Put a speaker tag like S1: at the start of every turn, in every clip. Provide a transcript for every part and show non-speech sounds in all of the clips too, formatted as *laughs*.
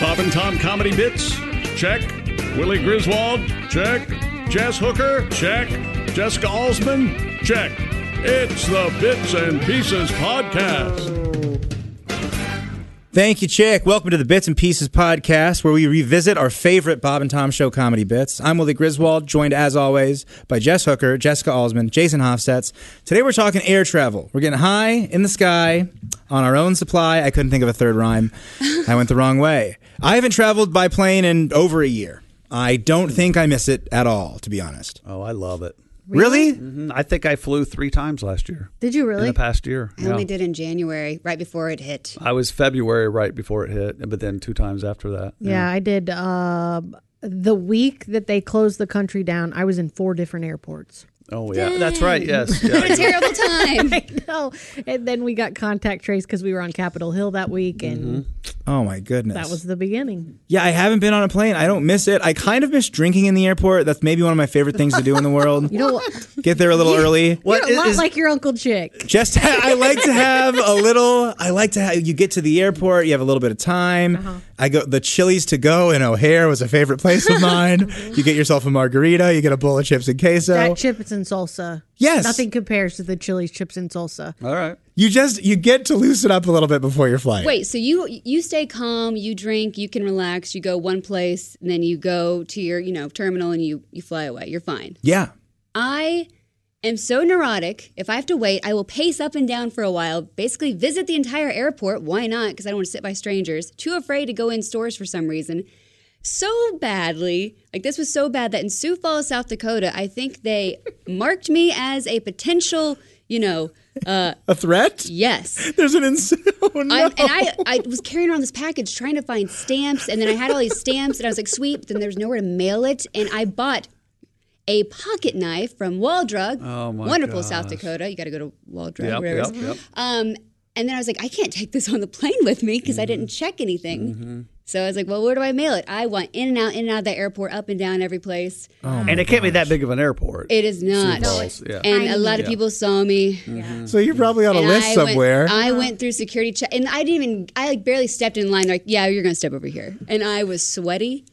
S1: Bob and Tom comedy bits? Check. Willie Griswold? Check. Jess Hooker? Check. Jessica Alsman? Check. It's the Bits and Pieces Podcast.
S2: Thank you, Chick. Welcome to the Bits and Pieces podcast, where we revisit our favorite Bob and Tom show comedy bits. I'm Willie Griswold, joined as always by Jess Hooker, Jessica Alsman, Jason Hofstetz. Today we're talking air travel. We're getting high in the sky on our own supply. I couldn't think of a third rhyme. I went the wrong way. I haven't traveled by plane in over a year. I don't think I miss it at all, to be honest.
S3: Oh, I love it.
S2: Really?
S3: Mhm. I think I flew three times last year.
S4: Did you really?
S3: In the past year.
S4: I only did in January, right before it hit.
S3: I was February right before it hit, but then two times after that.
S2: Mm.
S5: Yeah, I did. Uh, the week that they closed the country down, I was in four different airports.
S3: Oh, yeah. That's right.
S4: *laughs*
S3: Yes.
S4: What a
S3: Yeah.
S4: terrible time.
S5: *laughs* I know. And then we got contact trace because we were on Capitol Hill that week, and
S2: Oh my goodness.
S5: Mm-hmm. that was the beginning.
S2: Yeah, I haven't been on a plane. I don't miss it. I kind of miss drinking in the airport. That's maybe one of my favorite things to do in the world.
S5: *laughs*
S2: *laughs*
S5: You know what?
S2: Get there
S5: *laughs*
S2: a little early.
S5: You're a lot like your Uncle Chick.
S2: Just ha- I like to have a little. I like to have. You get to the airport, you have a little bit of time.
S5: Uh-huh.
S2: I go the Chili's to go in O'Hare was a favorite place
S5: *laughs*
S2: of mine. you get yourself a margarita, you get a bowl of chips and queso.
S5: That chips and salsa.
S2: Yes.
S5: Nothing compares to the Chili's chips and salsa.
S3: All right.
S2: you just you get to loosen up a little bit before your flight.
S4: Wait, so you you stay calm, you drink, you can relax, you go one place, and then you go to your, you know, terminal and you you fly away. You're fine.
S2: Yeah.
S4: I am so neurotic. If I have to wait, I will pace up and down for a while, basically visit the entire airport. Why not? Because I don't want to sit by strangers. Too afraid to go in stores for some reason. So badly, like this was so bad that in Sioux Falls, South Dakota, I think they marked me as a potential, you know, uh,
S2: A threat?
S4: yes.
S2: There's an ins- oh, no.
S4: I, and I, I was carrying around this package trying to find stamps, and then I had all these stamps, and I was like, sweet, but then there's nowhere to mail it. And I bought a pocket knife from Waldrug,
S3: Oh, my
S4: wonderful South
S3: gosh.
S4: Dakota. You got to go to Waldrug,
S3: Yep.
S4: whatever. it
S3: Yep.
S4: is.
S3: Yep.
S4: Um, and then I was like, I can't take this on the plane with me because I
S3: Mm-hmm.
S4: didn't check anything. So I was like, well, where do I mail it? I want in and out, in and out of the airport, up and down every place.
S2: Oh
S3: and it can't be that big of an airport.
S4: It is not.
S3: Falls, yeah.
S4: And a lot of
S3: Yeah.
S4: people saw me.
S2: so you're probably on a
S4: And
S2: list
S4: I went-
S2: somewhere.
S4: I went through security check, and I didn't even. I like barely stepped in line. They're like, "Yeah, you're gonna step over here," and I was sweaty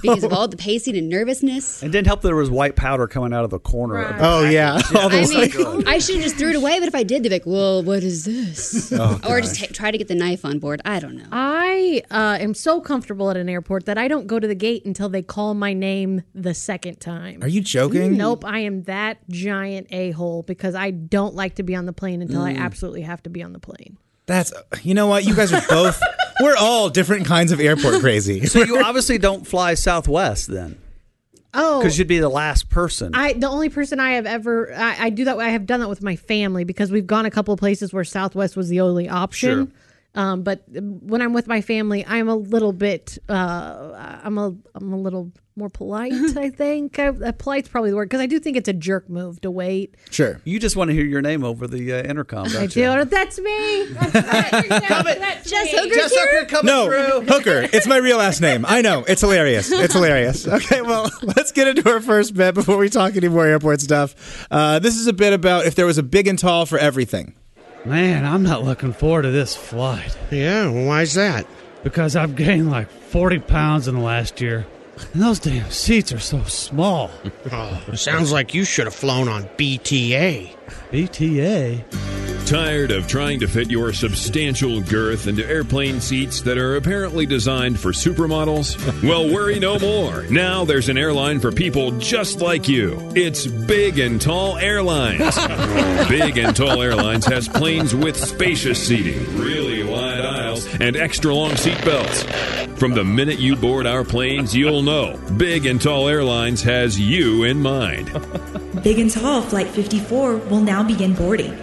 S4: because
S2: *laughs*
S4: of all the pacing and nervousness.
S3: And didn't help that there was white powder coming out of the corner. of the-
S2: oh yeah. All
S4: I
S2: those-
S3: *laughs*
S4: mean, I should have just threw it away, but if I did, they'd be like, "Well, what is this?"
S2: Oh,
S4: or just t- try to get the knife on board. I don't know.
S5: I uh, am so comfortable at an airport that I don't go to the gate until they call my name the second time.
S2: Are you joking?
S5: Nope, I am that giant a hole because I don't like to be on the plane until I absolutely have to be on the plane.
S2: That's you know what? You guys are
S5: *laughs*
S2: both we're all different kinds of airport crazy.
S3: So you obviously don't fly Southwest then,
S5: Oh,
S3: because you'd be the last person.
S5: I the only person I have ever I, I do that I have done that with my family because we've gone a couple of places where Southwest was the only option. Um, but when I'm with my family, I'm a little bit uh, I'm a I'm a little more polite. I think I, uh, polite's probably the word because I do think it's a jerk move to wait.
S2: sure.
S3: you just want to hear your name over the uh, intercom. Don't
S5: I do.
S3: You?
S5: That's me. That's, that's
S4: Jess
S5: me.
S4: Hooker here.
S3: coming
S2: No, Oh, Hooker. It's my real last name. I know. It's hilarious. It's hilarious. Okay, well, *laughs* let's get into our first bit before we talk any more airport stuff. Uh, this is a bit about if there was a big and tall for everything.
S6: Man, I'm not looking forward to this flight
S7: Yeah, well, why's that?
S6: because I've gained like 40 pounds in the last year. And those damn seats are so
S7: *laughs*
S6: small.
S7: Oh,
S6: E
S7: Sounds like you should have flown on BTA.
S6: BTA?
S7: Tired of trying to fit your substantial girth into airplane seats that are apparently designed for supermodels? *laughs* Well, worry no more. Now there's an airline for people just like you. It's Big and Tall
S1: *laughs*
S7: Airlines. Big and Tall Airlines has planes with spacious seating, really wide aisles, and extra long seat belts. From the minute you board our planes, you'll know Big and Tall Airlines has you in mind.
S8: Big and Tall Flight 54 will now begin boarding.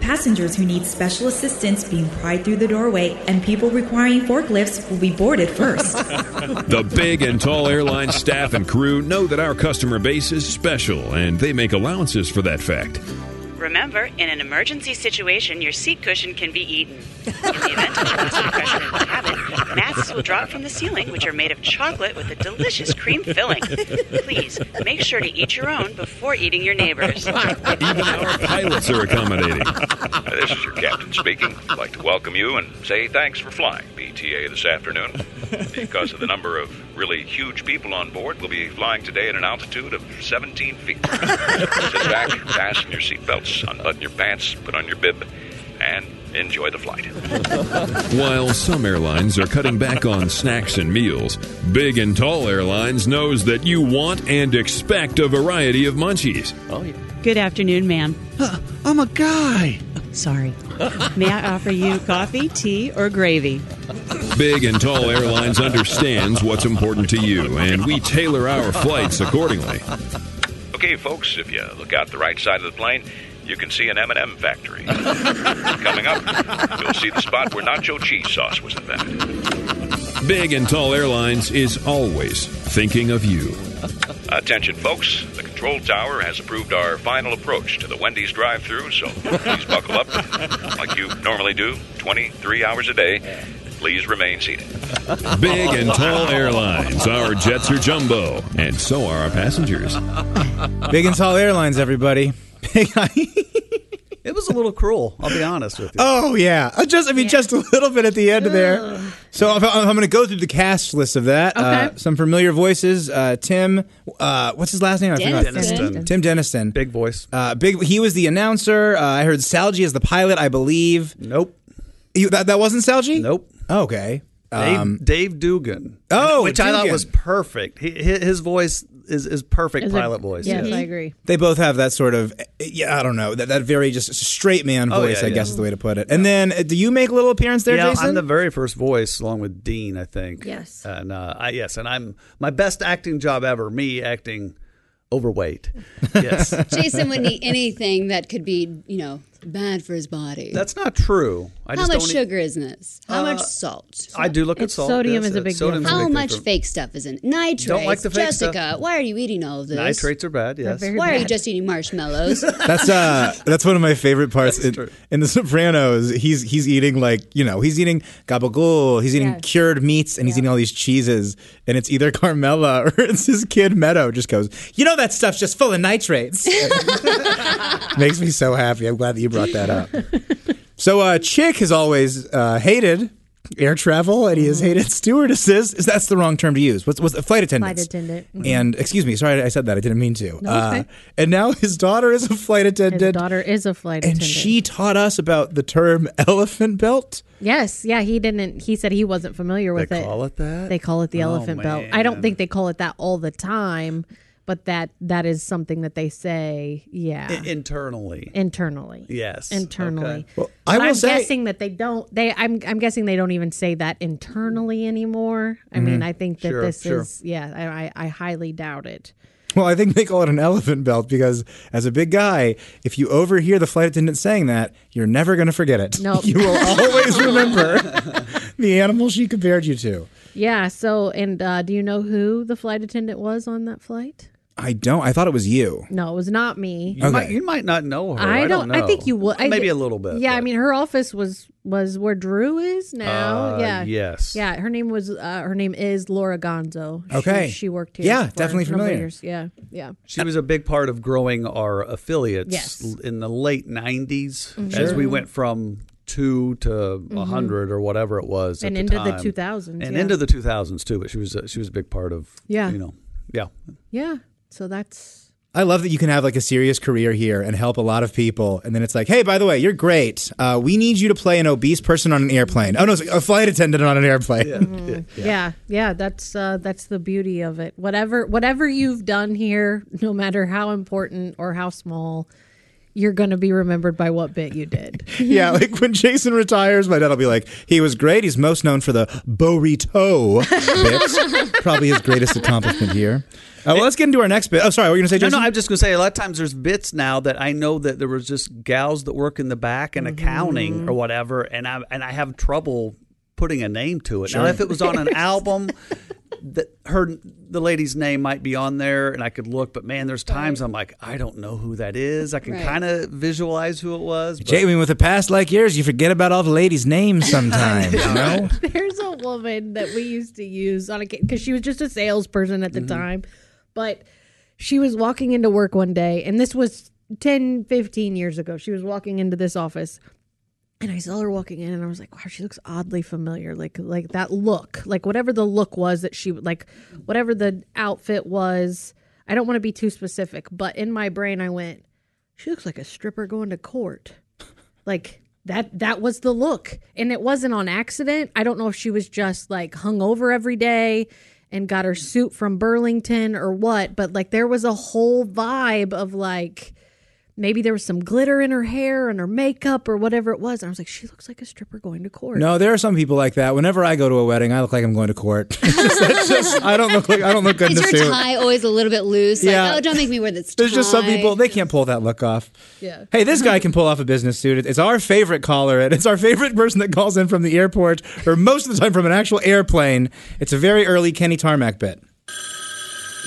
S8: Passengers who need special assistance being pried through the doorway and people requiring forklifts will be boarded first.
S7: The big and tall airline staff and crew know that our customer base is special and they make allowances for that fact.
S6: Remember, in an emergency situation, your seat cushion can be eaten. In the event of constant pressure in the cabin, masks will drop from the ceiling, which are made of chocolate with a delicious cream filling.
S9: *laughs*
S6: Please make sure to eat your
S7: *laughs*
S6: own before eating
S10: *laughs*
S6: your neighbor's.
S7: Pilots are accommodating.
S11: This is your captain speaking. I'd like to welcome you and say thanks for flying BTA this afternoon. Because of the number of really huge people on board, we'll be flying today at an altitude of 17 feet. Sit back, fasten your seatbelts, unbutton your pants, put on your bib, and enjoy the flight.
S7: While some airlines are cutting back on snacks and meals, Big and Tall Airlines knows that you want and expect a variety of munchies. Oh, yeah.
S12: Good afternoon, ma'am.
S10: *gasps* I'm a guy.
S12: Sorry. May I offer you coffee, tea, or gravy?
S7: Big and Tall Airlines understands what's important to you, and we tailor our flights accordingly.
S11: Okay, folks, if you look out the right side of the plane, you can see an M&M factory. Coming up, you'll see the spot where nacho cheese sauce was invented.
S7: Big and Tall Airlines is always thinking of you.
S11: Attention, folks. The control tower has approved our final approach to the Wendy's drive-through, so please buckle up. Like you normally do, 23 hours a day. Please remain seated.
S7: Big and Tall Airlines. Our jets are jumbo, and so are our passengers.
S2: Big and Tall Airlines, everybody. *laughs*
S3: It was a little cruel. I'll be honest with you.
S2: Oh yeah, Uh, just I mean, just a little bit at the end of there. So I'm, I'm going to go through the cast list of that. Uh,
S3: Okay.
S2: some familiar voices: uh, Tim, uh, what's his last name? I forgot.
S3: Denniston. Denniston.
S2: Tim Denniston. Big voice. Uh, big. He was the announcer. Uh, I heard Salji as the pilot. I believe. Nope. You, that that wasn't Salji. Nope. Okay.
S3: Dave,
S2: Um,
S3: Dave Dugan.
S2: Oh,
S3: which I thought
S2: Dugan.
S3: was perfect. He, hi- his voice is is perfect
S5: Is it-
S3: pilot voice.
S6: Hmm?
S5: Yes, I agree.
S2: They both have that sort of, yeah, I don't know, that, that very just straight man
S3: Oh,
S2: voice,
S3: yeah,
S2: I
S3: yeah.
S2: guess is the way to put it. And then, uh, do you make a little appearance there,
S3: yeah,
S2: Jason?
S3: I'm the very first voice, along with Dean, I think.
S2: Yes.
S3: and uh, I yes, and I'm my best acting job ever. Me acting
S2: *laughs*
S3: overweight. Yes,
S4: Jason would eat anything that could be, you know, bad for his body.
S3: That's not true. I
S4: How
S3: just
S4: much
S3: don't eat-
S4: sugar is in this? How much
S3: Uh,
S4: salt?
S3: I do look at salt. yes, uh, sodium's
S4: How
S3: big thing
S4: much
S3: for-
S4: fake stuff is in it? Nitrates.
S3: Don't like the fake
S4: Jessica,
S3: stuff.
S4: why are you eating all of this?
S3: Nitrates are bad. Yes.
S4: Why are you just eating
S3: *laughs*
S4: marshmallows?
S2: That's uh, that's one of my favorite parts in, in The Sopranos. He's he's eating like you know he's eating gabagool, he's eating
S4: Yeah.
S2: cured meats, and he's eating all these cheeses. And it's either *laughs* Carmela or it's his kid Meadow. Just goes, you know that stuff's just full of nitrates. *laughs* Makes me so happy. I'm glad that you brought that up. So uh, Chick has always uh, hated air travel, and he has hated stewardesses. Is that's the wrong term to use? What's, what's flight
S5: Flight
S2: attendants?
S5: attendant.
S2: Mm-hmm. And excuse me, sorry I said that. I didn't mean to.
S5: No,
S2: Uh,
S5: it's fine.
S2: and now his daughter is a flight attendant.
S5: His daughter is a flight
S2: and
S5: attendant.
S2: she taught us about the term *laughs* elephant belt.
S5: yes, yeah, he didn't. He said he wasn't familiar with it.
S2: call it that?
S5: They call it the
S2: Oh,
S5: elephant belt.
S2: man.
S5: I don't think they call it that all the time, but that that is something that they say. Yeah,
S3: I- internally.
S5: internally.
S3: Yes.
S5: internally.
S3: Okay.
S2: Well,
S5: But I'm guessing that they don't. They, I'm, I'm guessing they don't even say that internally anymore. I mean,
S2: Mhm.
S5: I think that
S2: Sure,
S5: this
S2: sure.
S5: is, yeah, I, I, I highly doubt it.
S2: Well, I think they call it an elephant belt because, as a big guy, if you overhear the flight attendant saying that, you're never going to forget it.
S5: Nope.
S2: *laughs* you will always
S5: *laughs*
S2: remember the animal she compared you to.
S5: Yeah. So, and uh, do you know who the flight attendant was on that flight?
S2: I don't. I thought it was you.
S5: No, it was not me.
S3: You, might, you might not know her.
S5: I don't. I, think
S3: know.
S5: you would. I
S3: Maybe
S5: thi-
S3: a little bit.
S5: Yeah, I mean, her office was was where Drew is now.
S3: Uh,
S5: yeah.
S3: yes.
S5: Yeah. Her name was. Uh, her name is Laura Gonzo. She-
S3: Okay.
S5: She, worked here.
S3: Yeah,
S5: for
S3: definitely
S5: a number of
S3: familiar.
S5: years. Yeah. Yeah.
S3: She was a big part of growing our affiliates
S5: Yes.
S3: l- in the late 90s
S5: Mhm.
S3: as
S5: Sure. Mm-hmm.
S3: we went from two to a 100 or whatever it was. at
S5: And into the
S3: time.
S5: 2000s,
S3: And
S5: yeah.
S3: into the 2000s too, but she was a, she was a big part of,
S5: Yeah.
S3: you know, yeah.
S5: Yeah. So that's.
S2: I love that you can have like a serious career here and help a lot of people, and then it's like, hey, by the way, you're great. Uh, we need you to play an obese person on an airplane. Oh no, it's a flight attendant on an airplane.
S5: Mhm. Yeah. yeah, that's uh, that's the beauty of it. Whatever whatever you've done here, no matter how important or how small, you're going to be remembered by what bit you
S3: *laughs*
S5: did.
S2: *laughs* Yeah, like when Jason retires, my dad will be like, he was great. He's most known for the burrito bits. Probably his greatest accomplishment here. Uh, well, let's get into our next bit. Oh, sorry, what were you going to say,
S3: No,
S2: Jason?
S3: no, I'm just going to say a lot of times there's bits now that I know that there was just gals that work in the back and accounting or whatever, and I and I have trouble putting a name to it.
S13: Sure.
S3: Now, if it was on an album, that her the lady's name might be on there, and I could look. But man, there's times I'm like, I don't know who that is. I can
S2: Right.
S3: kind of visualize who it was. but-
S2: Jamie, with a past like yours, you forget about all the ladies' names sometimes, you know?
S5: *laughs* There's a woman that we used to use on a because she was just a salesperson at the
S2: Mhm.
S5: time, but she was walking into work one day, and this was 10, 15 years ago. She was walking into this office, and I saw her walking in, and I was like, "Wow, she looks oddly familiar." Like, like that look, like whatever the look was that she like, whatever the outfit was. I don't want to be too specific, but in my brain, I went, "She looks like a stripper going to court." like that that was the look and it wasn't on accident i don't know if she was just like hung over every day and got her suit from burlington or what but like there was a whole vibe of like maybe there was some glitter in her hair and her makeup or whatever it was and i was like she looks like a stripper going to court
S2: No, there are some people like that. Whenever I go to a wedding, I look like I'm going to court. *laughs* It's just- it's just- I don't look like I don't look good
S4: Is
S2: in a
S4: your
S2: suit.
S4: tie always a little bit loose?
S2: Yeah.
S4: Like, oh, don't make me wear
S3: *laughs*
S4: this tie.
S2: There's just some people they can't pull that look off.
S5: Yeah.
S2: Hey, this guy can pull off a business suit. It's our favorite caller, and it's our favorite person that calls in from the airport, or most of the time from an actual airplane. It's a very early Kenny Tarmac bit.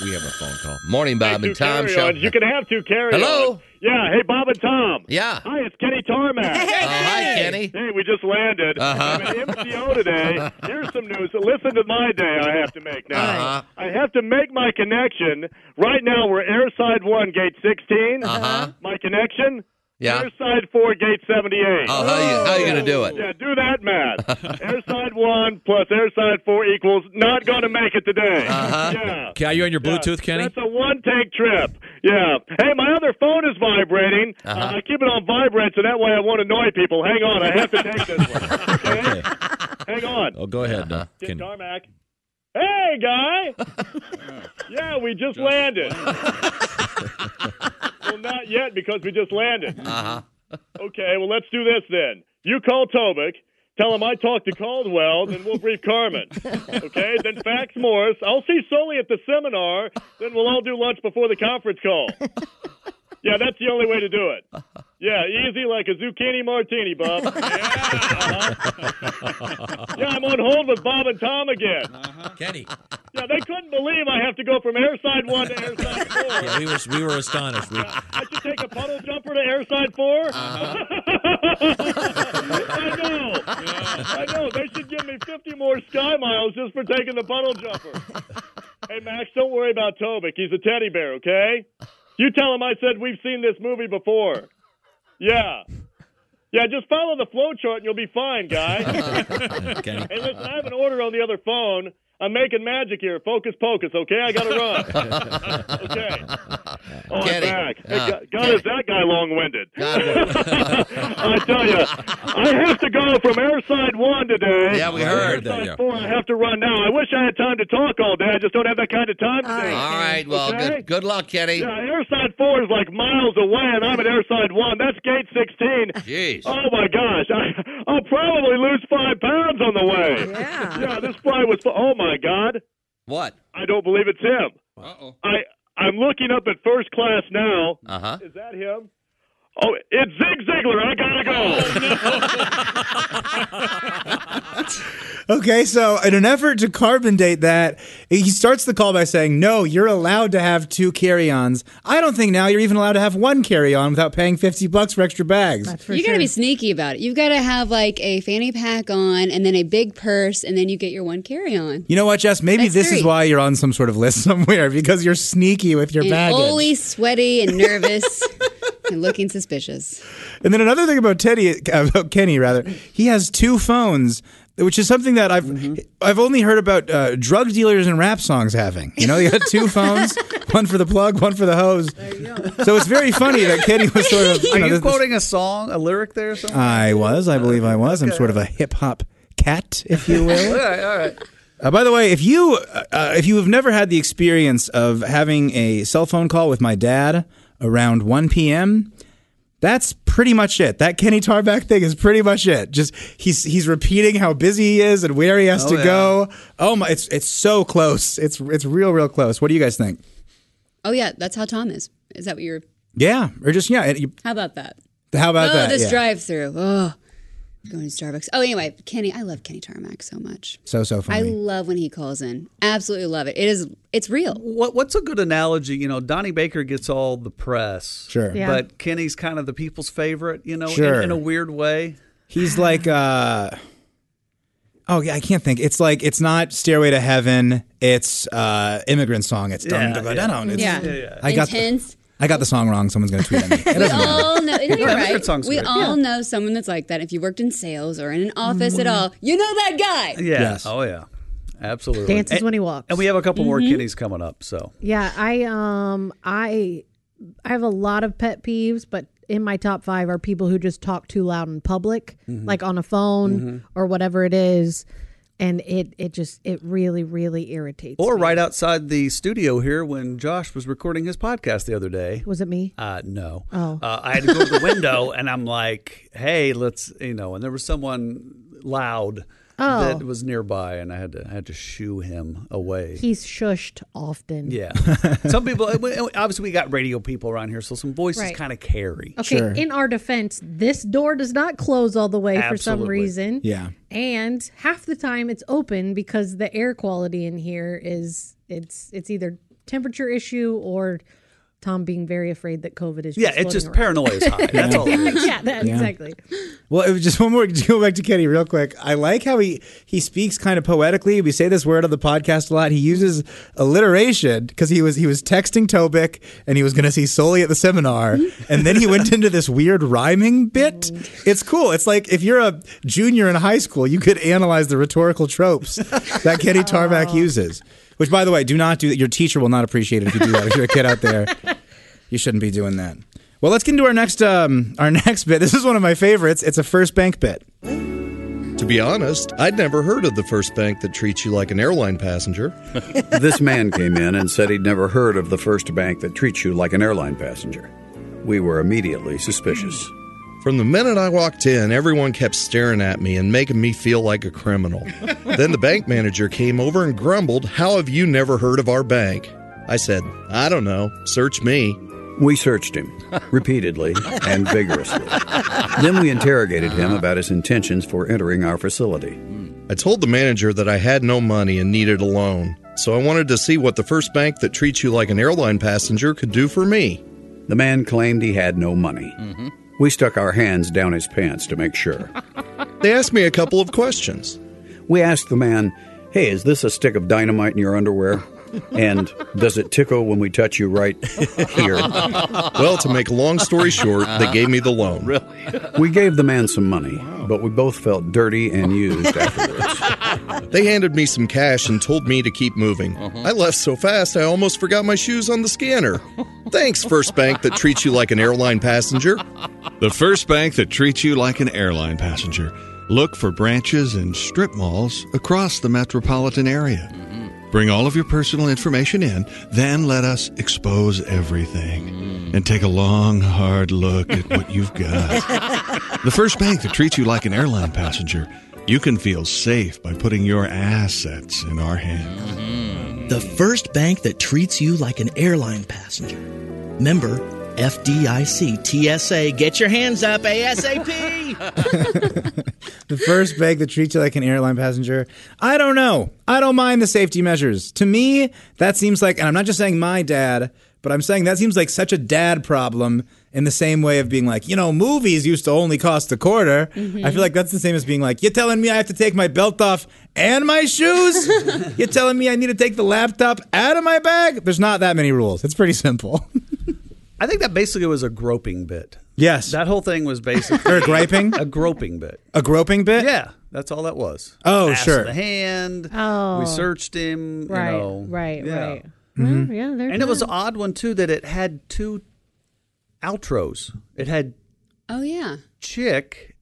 S14: We have a phone call. Morning, Bob and
S15: Two
S14: Tom show.
S15: carry-ons. You can have two carry
S14: Hello?
S15: Yeah. Hey, Bob and Tom.
S14: Yeah.
S15: Hi, it's Kenny Tarmac.
S14: Hey, hi, Kenny.
S15: Hey, we just landed.
S14: Uh-huh.
S15: I'm at MCO
S14: *laughs*
S15: today. Here's some news. Listen to my day I have to make now.
S14: Uh-huh.
S15: I have to make my connection. Right now, we're airside 1, gate 16.
S14: Uh-huh.
S15: My connection?
S14: Yeah.
S15: Airside 4, gate 78.
S14: Oh, how you- how you gonna do it?
S15: Yeah, do
S14: *laughs*
S15: that math. airside 1 plus airside 4 equals not going to make it today. Uh-huh. Yeah.
S16: Okay, Are you on your Bluetooth, Kenny?
S15: That's a one take trip. Yeah. Hey, my other phone is vibrating. uh
S16: Uh-huh.
S15: I keep it on vibrate so that way I won't annoy people. Hang on, I have to take this one. Okay? Hang on.
S16: Oh, go ahead, uh,
S15: Jim
S16: Kenny.
S15: Tarmac. Hey, guy. yeah, we just, landed. *laughs* well, not yet because we just landed.
S14: Uh-huh.
S15: Okay, well, let's do this then. You call Tobik. Tell him I talked to Caldwell, then we'll brief Carmen. Okay, then fax Morris. I'll see Sully at the seminar, then we'll all do lunch before the conference call. Yeah, that's the only way to do it. Yeah, easy like a zucchini martini, Bob. Yeah, uh-huh. Yeah, I'm on hold with Bob and Tom again.
S16: Kenny.
S15: Yeah, they couldn't believe I have to go from airside one to
S16: *laughs*
S15: airside four.
S16: Yeah, we were we were astonished. We,
S15: I should take a puddle jumper to airside 4
S16: Uh-huh.
S15: *laughs* I know. I know. They should give me 50 more sky miles just for taking the puddle jumper.
S16: *laughs*
S15: hey, Max, don't worry about Tobik. He's a teddy bear, okay? You tell him I said we've seen this movie before. Yeah. Yeah, just follow the flow chart and you'll be fine, guy.
S16: *laughs* Kenny.
S15: *laughs* hey, listen, I have an order on the other phone. I'm making magic here. Focus, pocus, okay? I got to run. okay. Oh,
S14: Kenny.
S15: I'm back. Hey,
S14: Uh,
S15: God, God, is that guy long
S14: *laughs*
S15: winded? *laughs* I tell you,
S14: I
S15: have to go from airside one today.
S14: Yeah, we heard.
S15: Airside four, I have to run now. I wish I had time to talk all day. I just don't have that kind of time today.
S14: All right, well,
S15: Okay?
S14: good, good luck, Kenny.
S15: Yeah, airside four is like miles away, and I'm at airside one. That's gate 16.
S14: Jeez.
S15: Oh my gosh, *laughs* I, I'll probably lose five pounds on the way. Yeah. *laughs* Yeah, this fly was. Oh my God.
S14: What?
S15: I don't believe it's him.
S14: Uh-oh.
S15: I I'm looking up at first class now.
S14: Uh-huh.
S15: Is that him?
S17: *laughs*
S15: Oh, it's Zig Ziglar. I gotta
S14: *laughs*
S15: *laughs*
S2: Okay, so in an effort to carbon date that, he starts the call by saying, No, you're allowed to have two carry ons. I don't think now you're even allowed to have one carry on without paying 50 bucks for extra bags.
S4: you got to be sneaky about it. You've got to have like a fanny pack on and then a big purse and then you get your one carry on.
S2: You know what, Jess? Maybe
S4: That's
S2: this is
S4: great.
S2: why you're on some sort of list *laughs* somewhere because you're sneaky with your
S4: and
S2: baggage.
S4: always sweaty and
S2: *laughs*
S4: nervous and looking suspicious.
S2: uh, And then another thing about Teddy, about Kenny rather, he has two phones which is something that I've
S4: Mm-hmm.
S2: I've only heard about uh, drug dealers and rap songs having. You know, they got
S4: *laughs*
S2: two phones, one for the plug, one for the hose. So it's very funny that Kenny was
S3: *laughs*
S2: sort of.
S4: *laughs*
S3: Are you
S2: know, this- Uh, this-
S3: quoting a song, a lyric there or something?
S2: I was, I believe I was. I'm sort of a hip hop cat, if you will.
S3: *laughs* all right, all right.
S2: Uh, by the way, if you uh, uh, if you have never had the experience of having a cell phone call with my dad around 1 p.m., that's pretty much it. That Kenny Tarback thing is pretty much it. Just he's he's repeating how busy he is and where he has
S3: Oh,
S2: to
S3: yeah.
S2: go. Oh my, it's it's so close. It's it's real real close. What do you guys think?
S4: Oh yeah, that's how Tom is. Is that what you're?
S2: Yeah, or just yeah. it- you-
S4: How about that?
S2: how about
S4: oh,
S2: that?
S4: this
S2: yeah.
S4: drive-through. Oh, going to Starbucks. Oh, anyway, Kenny, I love Kenny Tarmac so much.
S2: So so
S4: I
S2: funny.
S4: love when he calls in. Absolutely love it. It is. It's real.
S3: What What's a good analogy? You know, Donnie Baker gets all the press,
S2: Sure. Yeah.
S3: but Kenny's kind of the people's favorite. You know, in-
S2: Sure.
S3: in, a weird way.
S2: He's like, uh, oh yeah, I can't think. It's like it's not Stairway to Heaven. It's uh, immigrant song. It's dun
S3: Yeah,
S2: dun dun
S3: yeah.
S2: dun. It's,
S4: Yeah. Yeah, yeah.
S2: I got
S4: Intense.
S2: The, I got the song wrong. Someone's gonna tweet at me. *laughs* It
S4: we
S2: doesn't matter.
S4: all know. and you're
S3: Yeah,
S4: right.
S3: that song's
S4: We
S3: good.
S4: all know someone that's like that. If you worked in sales or in an office at all, you know that guy.
S3: Yeah. Oh yeah. Absolutely.
S5: Dances
S3: And-
S5: when he walks.
S3: And we have a couple more
S5: Mhm.
S3: Kennys coming up. So
S5: Yeah, I um I I have a lot of pet peeves, but in my top five are people who just talk too loud in public,
S3: Mm-hmm.
S13: Mhm.
S5: like on a phone
S3: Mhm.
S5: or whatever it is, and it it just it really really irritates.
S3: Or
S5: me.
S3: right outside the studio here when Josh was recording his podcast the other day.
S5: Was it me?
S3: Uh, no.
S5: Oh.
S3: Uh, I had to go to the window *laughs* and I'm like, hey, let's, you know, and there was someone loud
S5: Oh.
S3: that was nearby and I had to I had to shoo him away.
S5: He's shushed often. *laughs*
S3: yeah. some people, obviously, we got radio people around here, so some voices
S5: Right.
S3: kind of carry.
S5: Okay. In our defense, this door does not close all the way for some
S3: Absolutely.
S5: reason.
S3: Yeah.
S5: And half the time it's open because the air quality in here is it's it's either temperature issue or Tom being very afraid that COVID is. Just
S3: Yeah, it's
S5: floating
S3: just
S5: around.
S3: paranoia is high. That's all. it
S5: *laughs*
S3: is.
S5: yeah, that,
S2: Yeah.
S5: exactly.
S2: Well, it was just *laughs* one more to go back to Kenny real quick. I like how he he speaks kind of poetically. We say this word on the podcast a lot. He uses alliteration because he was he was texting Tobic and he was going to see Soli at the seminar, and then he went into this weird rhyming bit. It's cool. It's like if you're a junior in high school, you could analyze the rhetorical tropes that Kenny Tarback uses. Which, by the way, do not do that. Your teacher will not appreciate it if you do that. If you're a kid out there, you shouldn't be doing that. Well, let's get into our next um, our *laughs* next bit. This is one of my favorites. It's a first bank bit.
S18: To be honest, I'd never heard of the first bank that treats you like an airline passenger.
S19: *laughs* this man came in and said he'd never heard of the first bank that treats you like an airline passenger. We were immediately suspicious.
S18: From the minute I walked in, everyone kept staring at me and making me feel like a criminal. then the bank manager came over and grumbled, How have you never heard of our bank? I said, I don't know. Search me.
S19: We searched him repeatedly and vigorously. then we interrogated him about his intentions for entering our facility.
S18: I told the manager that I had no money and needed a loan, so I wanted to see what the first bank that treats you like an airline passenger could do for me.
S19: The man claimed he had no money. We stuck our hands down his pants to make sure.
S18: *laughs* They asked me a couple of questions.
S19: We asked the man, Hey, is this a stick of dynamite in your underwear? And does it tickle when we touch you right here? Uh-huh.
S18: Well, to make a long story short, they gave me the loan.
S19: Really? We gave the man some money, but we both felt dirty and
S20: *laughs*
S19: used after
S18: They handed me some cash and told me to keep moving.
S20: Uh-huh.
S18: I left so fast I almost forgot my shoes on the scanner. Thanks, First Bank, that treats you like an airline passenger.
S20: The first bank that treats you like an airline passenger. Look for branches in strip malls across the metropolitan area. Bring all of your personal information in, then let us expose everything and take a long, hard look at what you've got. the first bank that treats you like an airline passenger, you can feel safe by putting your assets in our hands.
S21: The first bank that treats you like an airline passenger. Member FDIC TSA. Get your hands up ASAP.
S2: The first bank that treats you like an airline passenger. I don't know. I don't mind the safety measures. To me, that seems like, and I'm not just saying my dad, but I'm saying that seems like such a dad problem in the same way of being like, you know, movies used to only cost a quarter.
S22: Mhm.
S2: I feel like that's the same as being like, you're telling me I have to take my belt off and my shoes? you're telling me I need to take the laptop out of my bag? There's not that many rules. It's pretty simple. *laughs*
S3: I think that basically was a groping bit.
S2: Yes.
S3: That whole thing was basically
S2: Or a
S3: *laughs*
S2: griping?
S3: a groping bit.
S2: A groping bit?
S3: Yeah, that's all that was.
S2: Oh,
S3: Ass
S2: sure.
S3: in The hand.
S5: Oh.
S3: we searched him.
S5: Right,
S3: you know,
S5: right,
S3: yeah.
S5: right.
S2: Mm-hmm.
S5: Well, yeah,
S3: And it was an odd one too that it had two outros. It had
S4: Oh yeah.
S3: chick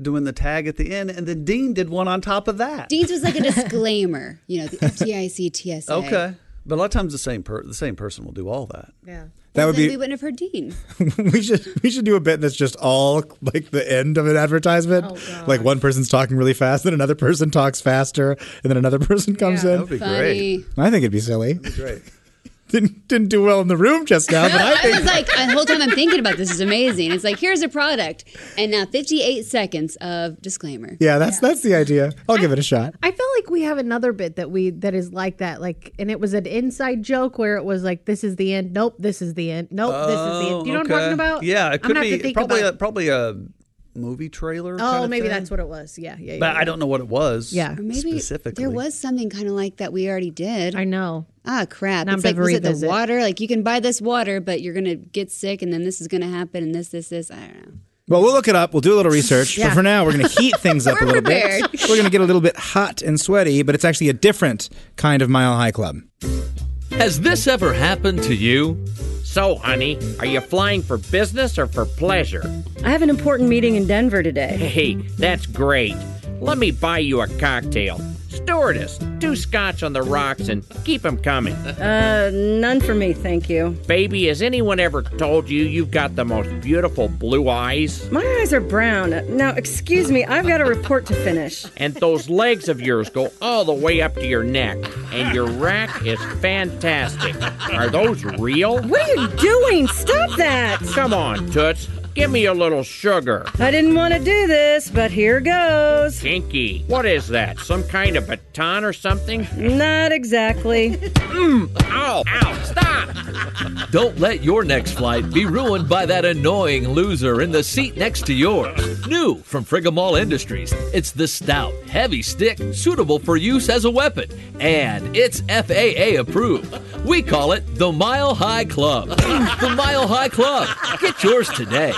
S3: doing the tag at the end, and then Dean did one on top of that.
S4: Dean's was like a disclaimer, you know, the FDIC TSA.
S3: Okay, but a lot of times the same per- the same person will do all that.
S4: Yeah.
S2: That
S4: Well,
S2: would
S4: then
S2: be-
S4: We wouldn't have heard Dean.
S2: we should we should do a bit that's just all like the end of an advertisement.
S4: Oh,
S2: like one person's talking really fast, then another person talks faster, and then another *laughs* person comes in.
S3: That would be great.
S2: I think it'd be silly.
S3: Great.
S2: *laughs* Didn't didn't do well in the room just now, but I
S4: *laughs* I was
S2: think
S4: like, the whole time I'm thinking about this is amazing. It's like, here's a product, and now 58 seconds of disclaimer.
S2: *laughs* yeah, that's that's the idea. I'll give it a shot.
S5: I feel like we have another bit that we that is like that, like, and it was an inside joke where it was like, "This is the end." Nope, this is the end. Nope, this is
S3: Oh,
S5: the end. Do you know what I'm talking about?
S3: Yeah,
S5: I'm
S3: it could
S5: gonna have to
S3: be
S5: think
S3: probably
S5: about
S3: a, probably a movie trailer.
S5: Oh,
S3: kinda
S5: maybe
S3: thing.
S5: that's what it was. Yeah, yeah. yeah
S3: But I don't know what it was.
S5: Yeah.
S4: Or maybe
S3: specifically.
S4: there was something kind of like that we already did. I
S5: know.
S4: Ah, crap.
S5: Now I'm
S4: it's like,
S5: gonna
S4: was it the
S5: revisit.
S4: water? Like, you can buy this water, but you're going to get sick, and then this is going to happen, and this, this, this. I don't know.
S2: Well, we'll look it up. We'll do a little research.
S4: Yeah.
S2: But for now, we're going
S4: *laughs*
S2: to heat things up a
S4: We're
S2: little
S4: prepared.
S2: bit. We're going to get a little bit hot and sweaty, but it's actually a different kind of mile high club.
S23: Has this ever happened to you? So, honey, are you flying for business or for pleasure?
S24: I have an important meeting in Denver today.
S23: Hey, that's great. Let me buy you a cocktail. Stewardess, two scotch on the rocks and keep 'em *laughs* coming.
S24: Uh, none for me, thank you.
S23: Baby, has anyone ever told you you've got the most beautiful blue eyes?
S24: My eyes are brown. Now, excuse me, I've got a report to finish.
S23: And those legs of yours go all the way up to your neck, and your rack is fantastic. Are those real?
S24: What are you doing? Stop that!
S23: Come on, Toots. Give me a little sugar.
S24: I didn't want to do this, but here goes.
S23: Kinky. What is that? Some kind of baton or something? *laughs*
S24: Not exactly.
S23: Mmm. Ow. Ow. Stop.
S25: Don't let your next flight be ruined by that annoying loser in the seat next to yours. New from Frigamall Industries, it's the stout, heavy stick suitable for use as a weapon, and it's FAA approved. We call it the Mile High Club. Mm, the Mile High Club. Get yours today.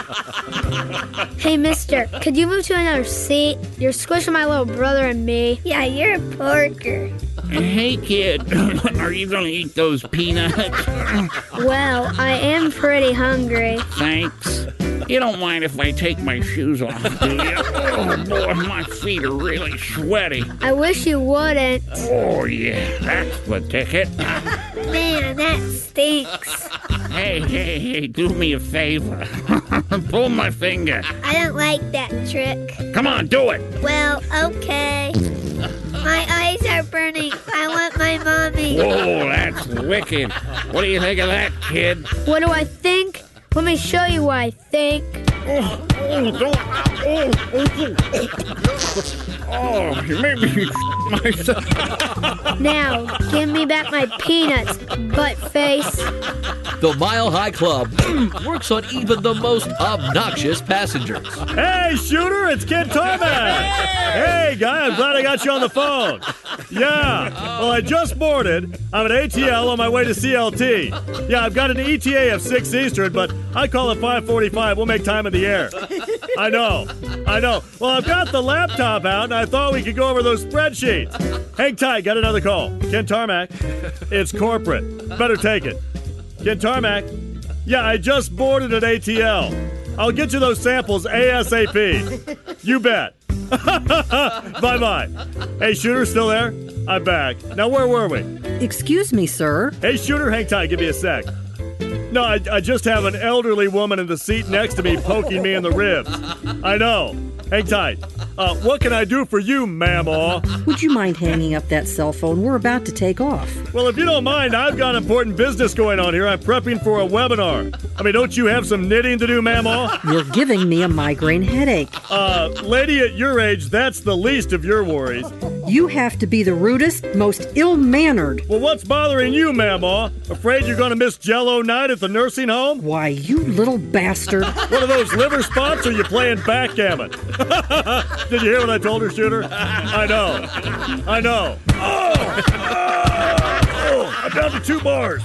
S13: Hey, mister, could you move to another seat? You're squishing my little brother and me. Yeah, you're a porker.
S23: Hey, kid. *laughs* Are you going to eat those peanuts? *laughs*
S13: Well, I am pretty hungry.
S23: Thanks. You don't mind if I take my shoes off, do you? Oh, boy, my feet are really sweaty.
S13: I wish you wouldn't.
S23: Oh, yeah, that's the ticket.
S13: Man, that stinks.
S23: Hey, hey, hey, do me a favor. *laughs* Pull my finger.
S13: I don't like that trick.
S23: Come on, do it.
S13: Well, okay. My eyes are burning. I want my mommy.
S23: Whoa, that's wicked. What do you think of that, kid?
S13: What do I think? Let me show you what I think.
S23: Oh, maybe you *laughs* myself.
S13: Now, give me back my peanuts, butt face.
S25: The Mile High Club mm, works on even the most obnoxious passengers.
S15: Hey, shooter, it's Kid Torman. Hey, guy, I'm glad I got you on the phone. *laughs* Yeah, well, I just boarded. I'm at ATL on my way to CLT. Yeah, I've got an ETA of 6 Eastern, but I call it 545. We'll make time in the air. I know, I know. Well, I've got the laptop out, and I thought we could go over those spreadsheets. Hang tight, got another call. Ken Tarmac, it's corporate. Better take it. Ken Tarmac, yeah, I just boarded at ATL. I'll get you those samples ASAP. You bet. *laughs* bye bye. Hey, Shooter, still there? I'm back. Now, where were we?
S24: Excuse me, sir.
S15: Hey, Shooter, hang tight. Give me a sec. No, I, I just have an elderly woman in the seat next to me poking me in the ribs. I know. Hang tight. Uh, what can I do for you, Mamaw?
S24: Would you mind hanging up that cell phone? We're about to take off.
S15: Well, if you don't mind, I've got important business going on here. I'm prepping for a webinar. I mean, don't you have some knitting to do, Mamaw?
S24: You're giving me a migraine headache.
S15: Uh, lady at your age, that's the least of your worries.
S24: You have to be the rudest, most ill mannered.
S15: Well, what's bothering you, Mamaw? Afraid you're going to miss Jello night at the nursing home?
S24: Why, you little bastard.
S15: One of those liver spots, or you playing backgammon? *laughs* Did you hear what I told her, Shooter? I know. I know. Oh! Oh! I'm down to two bars.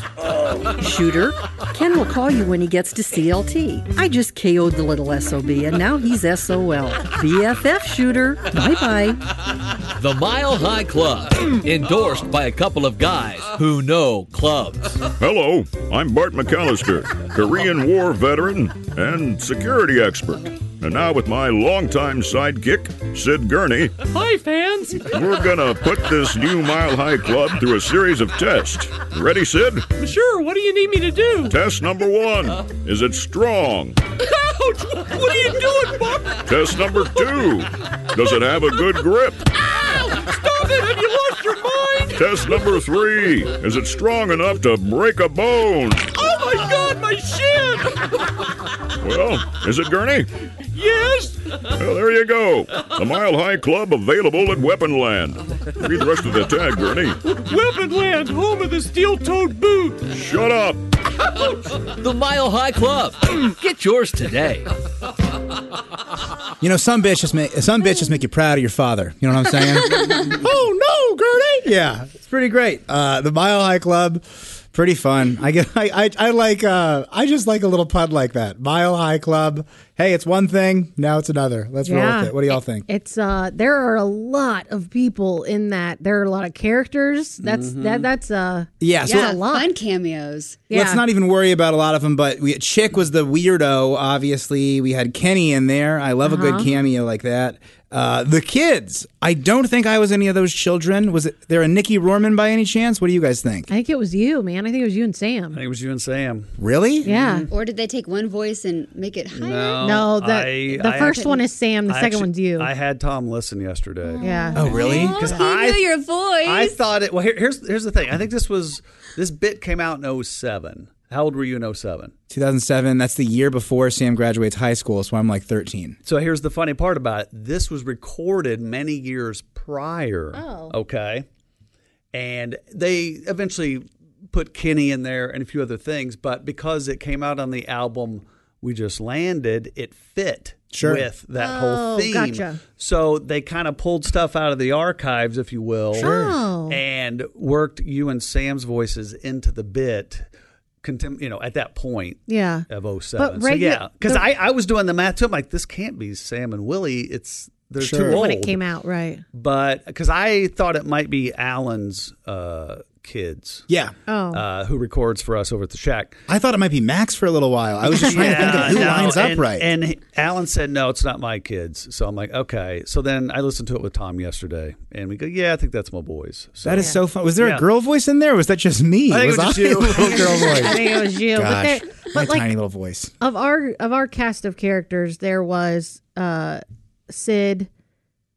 S24: Shooter,
S26: Ken will call you when he gets to CLT. I just KO'd the little SOB and now he's SOL. BFF shooter. Bye bye.
S25: The Mile High Club, endorsed by a couple of guys who know clubs.
S27: Hello, I'm Bart McAllister, Korean War veteran and security expert. And now, with my longtime sidekick, Sid Gurney,
S15: *laughs*
S1: Hi, fans.
S27: we're gonna put this new Mile High Club through a series of tests. Ready, Sid?
S1: Sure, what do you need me to do?
S27: Test number one is it strong?
S1: Ouch! What are you doing, Bart?
S27: Test number two does it have a good grip?
S1: Stop it! Have you lost your mind?
S27: Test number three is it strong enough to break a bone?
S1: Oh my god, my shin!
S27: Well, is it Gurney?
S1: yes!
S27: Well, there you go. The Mile High Club available at Weaponland. Read the rest of the tag, Gurney.
S1: Weapon Land, home of the steel toed boot!
S27: Shut up!
S25: The Mile High Club. Get yours today.
S2: You know, some bitches make some bitches make you proud of your father. You know what I'm saying?
S26: oh
S2: no, Gertie. yeah, it's pretty great. Uh, the Mile High Club, pretty fun. I get I I, I like uh, I just like a little pud like that. Mile High Club. Hey, it's one thing. Now it's another. Let's roll
S5: Yeah.
S2: with it. What do y'all think?
S5: It's uh there are a lot of people in that. There are a lot of characters. That's that that's uh
S2: Mm-hmm. Yeah, so-
S5: a lot. Fun
S4: cameos.
S2: Let's not even worry about a lot of them, but we, Chick was the weirdo, obviously. We had Kenny in there. I love a
S5: Uh-huh.
S2: good cameo like that. Uh, the kids. I don't think I was any of those children. Was it there a Nikki Rorman by any chance? What do you guys think?
S5: I think it was you, man. I think it was you and Sam.
S3: think it was you and Sam.
S2: Really?
S4: Mm-hmm.
S2: Mm-hmm.
S4: Or did they take one voice and make it higher?
S5: No, the- the first one is Sam, the
S3: I
S5: second one's you.
S3: I had Tom listen yesterday.
S5: Yeah.
S2: Oh, really?
S3: Because
S4: He knew your voice.
S3: I thought it. Well, here, here's here's the thing. I think this was this bit came out in 07. How old were you in 07?
S2: 2007. That's the year before Sam graduates high school, so I'm like 13.
S3: So here's the funny part about it. This was recorded many years prior.
S5: Oh.
S3: Okay. And they eventually put Kenny in there and a few other things, but because it came out on the album we just landed, it fit
S2: Sure.
S3: with that
S5: Oh,
S3: whole theme.
S5: gotcha.
S3: So they kind of pulled stuff out of the archives, if you will,
S5: Sure. Oh.
S3: and worked you and Sam's voices into the bit. Contem- you know, at that point,
S5: Yeah.
S3: of 07.
S5: But
S3: so
S5: regu-
S3: yeah, because
S5: the-
S3: I, I was doing the math too. I'm like, this can't be Sam and Willie. It's they're too old
S5: when it came out, right?
S3: But because I thought it might be Alan's uh, kids.
S2: Yeah.
S5: Oh.
S3: Uh, who records for us over at the shack?
S2: I thought it might be Max for a little while. I was just trying to
S3: *laughs*
S2: think of who
S3: no,
S2: lines up
S3: and-
S2: right.
S3: And he- Alan said, "No, it's not my kids." So I'm like, "Okay." So then I listened to it with Tom yesterday, and we go, "Yeah, I think that's my boys." So,
S2: that is so fun. Was there
S3: Yeah.
S2: a girl voice in there? Or was that just me?
S3: I think it was just you.
S2: *laughs* a little girl voice?
S5: *laughs* I think it was you, but
S2: Gosh,
S5: there-
S2: my
S5: but, like-
S2: tiny little voice.
S5: Of our of our cast of characters, there was uh Sid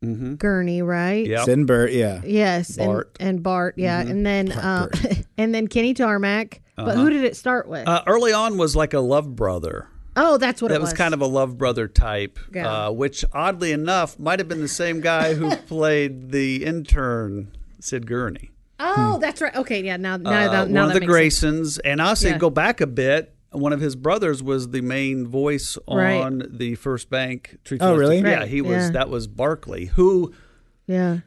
S5: Mm-hmm.
S2: Mhm.
S5: Gurney, right?
S2: Yep. Sid and Bert, yeah. Mm-hmm.
S5: Yes,
S2: Bart.
S5: And, and Bart, yeah.
S3: Mhm.
S5: And then uh, *laughs* and then Kenny Tarmac. But
S3: Uh-huh.
S5: who did it start with?
S3: uh, early on was like a love brother.
S5: oh, that's what
S3: that
S5: it was.
S3: kind of a love brother type,
S5: Yeah.
S3: uh, which oddly enough might have been the same
S5: *laughs*
S3: guy who played the intern Sid Gurney,
S5: Oh, that's right. Okay, yeah. Now, now,
S3: Uh,
S5: that,
S3: one
S5: now that
S3: of the
S5: makes sense.
S3: Graysons, and honestly,
S5: Yeah.
S3: go back a bit. One of his brothers was the main voice on
S5: Right.
S3: the First Bank. Tree
S2: Oh, really?
S3: Yeah,
S2: Right.
S3: he was.
S2: Yeah.
S3: That was Barkley, who.
S5: Yeah.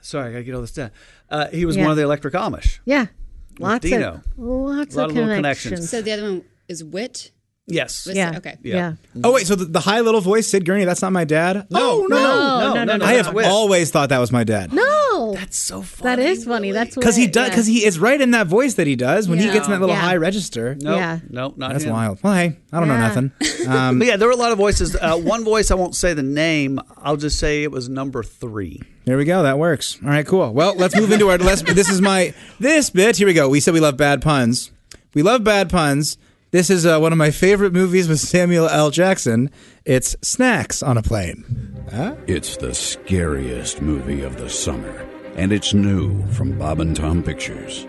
S3: Sorry, I gotta get all this done. Uh, he was
S5: Yeah.
S3: one of the Electric Amish.
S5: Yeah.
S3: With
S5: Lots
S3: Dino.
S5: of lots
S3: A lot
S5: of
S3: of little
S5: connections.
S4: So the other one is Wit?
S3: Yes.
S4: Was it- Yeah. okay. Yeah.
S2: Oh wait, so the, the high little voice, Sid Gurney, that's not my dad. No,
S5: Oh, no, no, no, no, no,
S2: I
S5: that's
S2: have
S5: Wes.
S2: always thought that was my dad
S5: No.
S3: That's so
S5: funny. That is funny. That's
S2: because he
S5: what-
S2: does
S5: yeah.
S2: because he is right in that voice that he does when he
S5: Yeah.
S2: gets in that little
S5: Yeah.
S2: high register.
S3: No, no, not
S2: that's
S3: him.
S2: wild. Well, hey, I don't
S3: Yeah.
S2: know nothing. Um,
S3: but yeah, there were a lot of voices. Uh, one voice, I won't say the name. I'll just say it was number three.
S2: There we go. That works. All right, cool. Well, let's move into our. Let's, this is my this bit. Here we go. We said we love bad puns. We love bad puns. This is uh, one of my favorite movies with Samuel L. Jackson. It's Snacks on a Plane. Huh?
S19: It's the scariest movie of the summer, and it's new from Bob and Tom Pictures.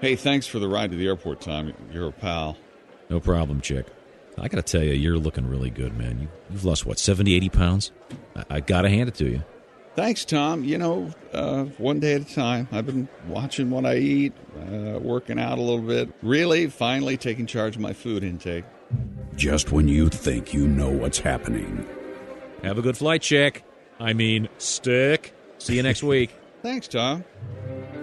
S20: Hey, thanks for the ride to the airport, Tom. You're a pal.
S28: No problem, chick. I got to tell you, you're looking really good, man. You, you've lost, what, 70, 80 pounds? I, I got to hand it to you.
S20: Thanks, Tom. You know, uh, one day at a time. I've been watching what I eat, uh, working out a little bit. Really, finally taking charge of my food intake.
S19: Just when you think you know what's happening.
S28: Have a good flight, chick. I mean, stick. See you next week.
S20: *laughs* Thanks, Tom.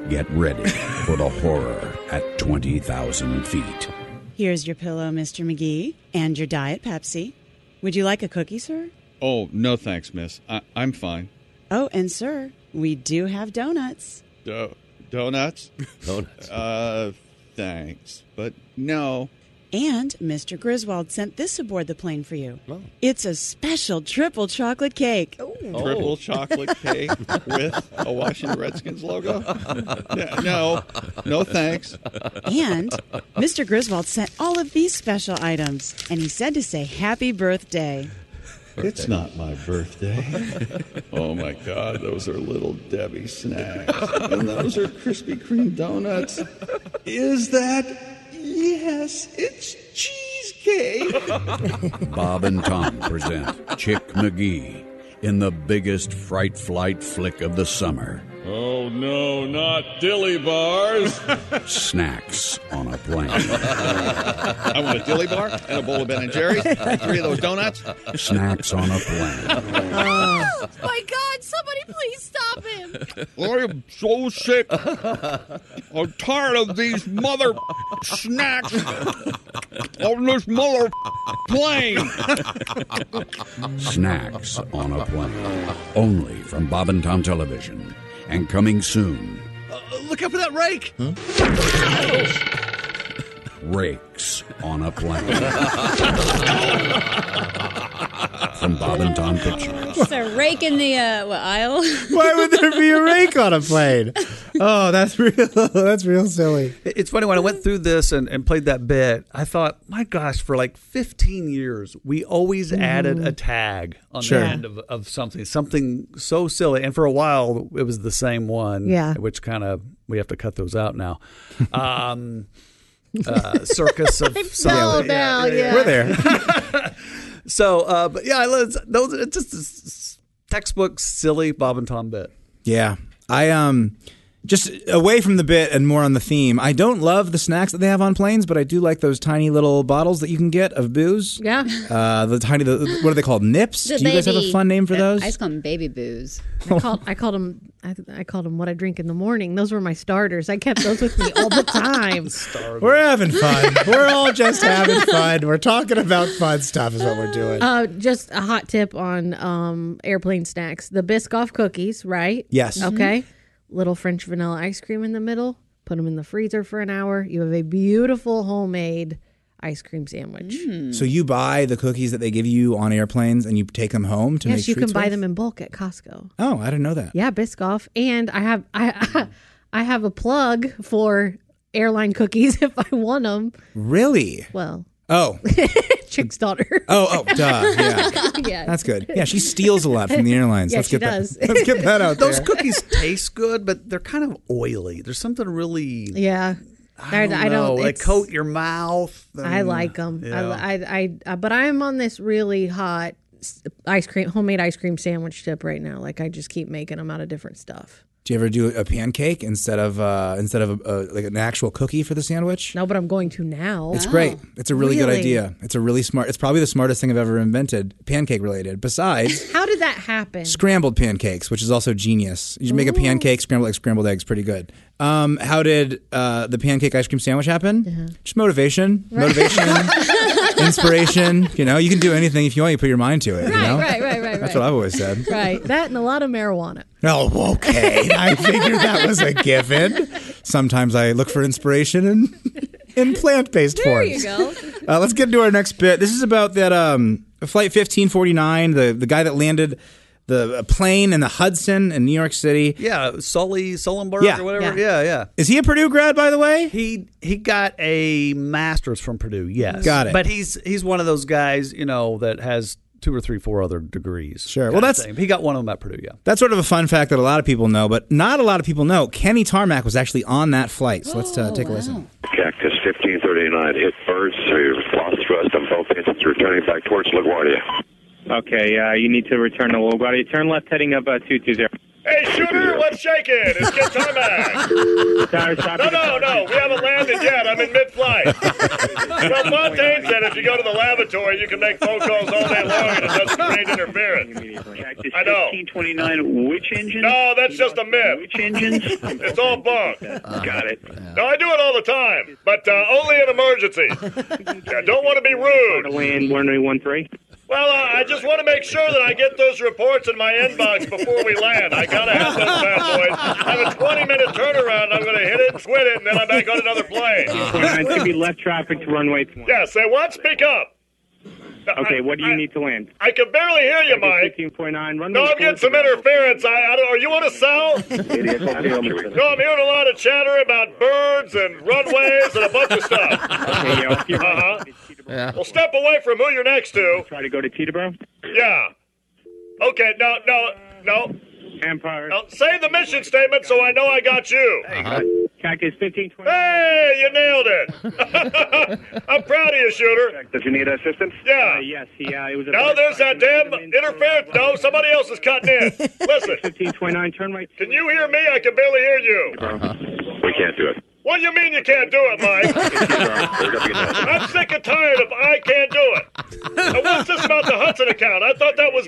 S19: Get ready for the horror at 20,000 feet.
S6: Here's your pillow, Mr. McGee, and your diet Pepsi. Would you like a cookie, sir?
S29: Oh, no thanks, miss. I- I'm fine.
S6: Oh, and sir, we do have donuts.
S29: Do-
S19: *laughs*
S29: donuts? Donuts. Uh, thanks. But no.
S6: And Mr. Griswold sent this aboard the plane for you.
S29: Oh.
S6: It's a special triple chocolate cake.
S29: Triple chocolate cake with a Washington Redskins logo? no. No thanks.
S6: *laughs* And Mr. Griswold sent all of these special items, and he said to say happy birthday.
S29: It's not my birthday. oh my God, those are little Debbie snacks. And those are Krispy Kreme donuts. Is that? Yes, it's
S2: *laughs*
S29: cheesecake.
S19: Bob and Tom present Chick McGee in the biggest fright flight flick of the summer.
S27: Oh no, not dilly bars.
S19: Snacks on a plane.
S29: I want a dilly bar and a bowl of Ben and Jerry's and three of those donuts.
S19: Snacks on a plane.
S1: oh my God! Somebody please stop him.
S29: Lord, I'm so sick. I'm tired of these mother snacks on this mother plane.
S19: Snacks on a plane. Only from Bob and Tom Television. And coming soon,
S1: Look out for that rake.
S19: Rakes on a Plane. *laughs* from Bob and Tom Pictures.
S9: It's a rake in the uh, what, aisle. *laughs*
S2: Why would there be a rake on a plane? *laughs* Oh, that's real. *laughs* that's real silly.
S3: It- It's funny when I went through this and, and played that bit, I thought, my gosh, for like 15 years, we always added a tag on
S1: Mm-hmm. Sure.
S3: the end of, of something, something so silly. And for a while, it was the same one,
S1: Yeah.
S3: which kind of we have to cut those out now. Um, uh, circus
S1: *laughs*
S3: of
S1: No,
S3: something.
S1: no, yeah. We're *laughs*
S3: there. *laughs* so, uh, but yeah, I love- those it's just this s- textbook silly Bob and Tom bit.
S2: Yeah. I um just away from the bit and more on the theme. I don't love the snacks that they have on planes, but I do like those tiny little bottles that you can get of booze.
S5: Yeah.
S2: Uh, the tiny, the, what are they called? Nips.
S9: The
S2: do you guys have a
S9: baby-
S2: fun name
S5: Uh,
S2: for those?
S9: I just call them baby
S2: *laughs*
S9: boos.
S5: I called I called them I, I called them what I drink in the morning. Those were my starters. I kept those with me all *laughs* the time. *laughs*
S2: We're having fun. we're all just having fun. We're talking about fun stuff is what we're doing.
S5: Uh, just a hot tip on um, airplane snacks: the Biscoff cookies, right?
S2: Yes.
S5: Okay.
S3: Mm-hmm.
S5: Little French vanilla ice cream in the middle. Put them in the freezer for an hour. You have a beautiful homemade ice cream sandwich.
S3: Mm.
S2: so you buy the cookies that they give you on airplanes and you take them home to
S5: yes,
S2: make
S5: you can
S2: treats
S5: buy
S2: with?
S5: them in bulk at Costco.
S2: Oh, I didn't know that.
S5: Yeah, Biscoff, and I have I *laughs* I have a plug for airline cookies *laughs* if I want them.
S2: Really?
S5: Well, *laughs*
S2: Oh,
S5: Chick's daughter.
S2: oh, oh, duh. Yeah.
S5: *laughs* yeah.
S2: That's good. Yeah, she steals a lot
S5: *laughs*
S2: from the airlines.
S5: Yeah,
S2: let's
S5: she
S2: get
S5: does.
S2: That, let's get that out
S3: Those
S2: there.
S3: cookies taste good, but they're kind of oily. There's something really
S5: Yeah.
S3: I don't, know. they
S5: it's-
S3: coat your mouth.
S5: I like them.
S3: Yeah.
S5: I, I, I, uh, but I'm on this really hot s- ice cream, homemade ice cream sandwich tip right now. Like I just keep making them out of different stuff.
S2: Do you ever do a pancake instead of uh, instead of a, a, like an actual cookie for the sandwich?
S5: No, but I'm going to now. *gasps*
S2: It's great. It's a really, good
S5: Really?
S2: idea. It's a really smart. It's probably the smartest thing I've ever invented, pancake
S5: *laughs*
S2: related. Besides
S5: How did that happen?
S2: scrambled pancakes, which is also genius. You should make a pancake, scrambled eggs, scrambled eggs, pretty good. Um, how did uh, the pancake ice cream sandwich happen?
S5: Uh-huh.
S2: Just motivation, motivation,
S5: *laughs*
S2: *laughs* inspiration. You know, you can do anything if you want. You put your mind to it. you
S5: Right,
S2: know?
S5: right, right, right,
S2: That's
S5: right.
S2: what I've always said.
S3: *laughs*
S5: right. That and a lot of marijuana.
S2: Oh, okay. I figured that was a given. Sometimes I look for inspiration in, in plant based
S5: There you
S2: forms.
S5: go.
S2: Uh, let's get into our next bit. This is about that um, Flight 1549, the, the guy that landed the uh, plane in the Hudson in New York City.
S3: Yeah, Sully Sullenberg
S2: Yeah.
S3: or whatever. Yeah. yeah,
S2: Is he a Purdue grad, by the way?
S3: He he got a master's from Purdue. Yes,
S2: Got it.
S3: But he's he's one of those guys, you know, that has two or three, four other degrees. Sure.
S2: Well, that's-
S3: he got one of them at Purdue. Yeah.
S2: That's sort of a fun fact that a lot of people know, but not a lot of people know. Kenny Tarmack was actually on that flight. So let's uh, take a listen.
S30: Cactus 1539 hit birds who lost thrust on both engines returning back towards LaGuardia.
S31: Okay, uh, you need to return to LaGuardia. Turn left heading of uh, 220. Hey, shooter, let's shake it. It's Get time back.
S17: tire shop.
S15: No, no, no. We haven't landed yet. I'm in mid-flight. well, Fontaine said if you go to the lavatory, you can make phone calls all day long and it doesn't create interference. I know.
S30: 1529, which engine?
S15: No, that's just a myth.
S30: Which engines?
S15: It's all bunk.
S30: Got it.
S15: No, I do it all the time, but uh, only in emergencies.
S30: *laughs*
S15: I don't want to be rude.
S30: Land 1913.
S15: Well, uh, I just want to make sure that I get those reports in my inbox before we land. I gotta have those bad boys. I have a 20-minute turnaround. I'm gonna hit it, quit it, and then I'm back on another plane.
S17: 29, it could be left traffic to runway 20.
S15: Yeah, say what? Speak up.
S17: Okay, what do you need to land?
S15: I can barely hear you, Mike.
S17: 15.9, runway
S15: No, I'm getting some interference. I, I don't. Are you on a cell? *laughs* No, I'm hearing a lot of chatter about birds and runways and a bunch of stuff. Uh-huh. Well, step away from who you're next to.
S17: Try to go to Teterboro.
S15: Yeah. Okay, no, no, no.
S17: Empire.
S15: Now, say the mission statement so I know I got you.
S17: Cactus 1520.
S15: Hey, you nailed it. *laughs* I'm proud of you, shooter.
S30: Did you need assistance?
S15: Yeah.
S17: yes, he, uh, it was a *laughs*
S15: Now there's that damn interference. No, somebody else is cutting in. Listen.
S17: 1529, turn right.
S15: Can you hear me? I can barely hear you.
S30: We can't do it.
S15: What do you mean you can't do it, Mike? I'm sick and tired of I can't do it. Now, what's this about the Hudson account? I thought that was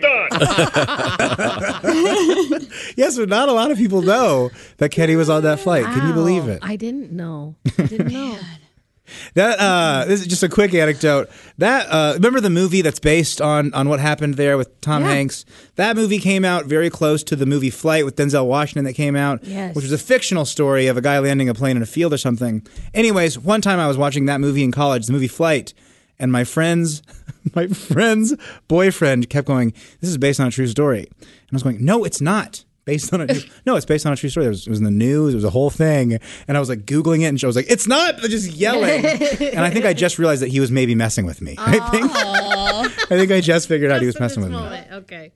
S15: done.
S2: *laughs* yes, but not a lot of people know that Kenny was on that flight. Can you believe it?
S5: I didn't
S3: *laughs*
S5: know. I didn't know.
S2: That uh, this is just a quick anecdote. That uh, remember the movie that's based on on what happened there with Tom
S5: Yeah.
S2: Hanks. That movie came out very close to the movie Flight with Denzel Washington that came out,
S5: Yes.
S2: which was a fictional story of a guy landing a plane in a field or something. Anyways, one time I was watching that movie in college, the movie Flight, and my friends, *laughs* my friend's boyfriend kept going, "This is based on a true story," and I was going, "No, it's not." Based on
S5: *laughs*
S2: a true- no, it's based on a true story. It was, it was in the news. It was a whole thing, and I was like googling it, and she was like, "It's not." I just yelling, and
S5: *laughs*
S2: I think I just realized that he was maybe messing with me. *laughs* I
S5: Oh,
S2: think I think I just figured out he was messing with me.
S5: okay.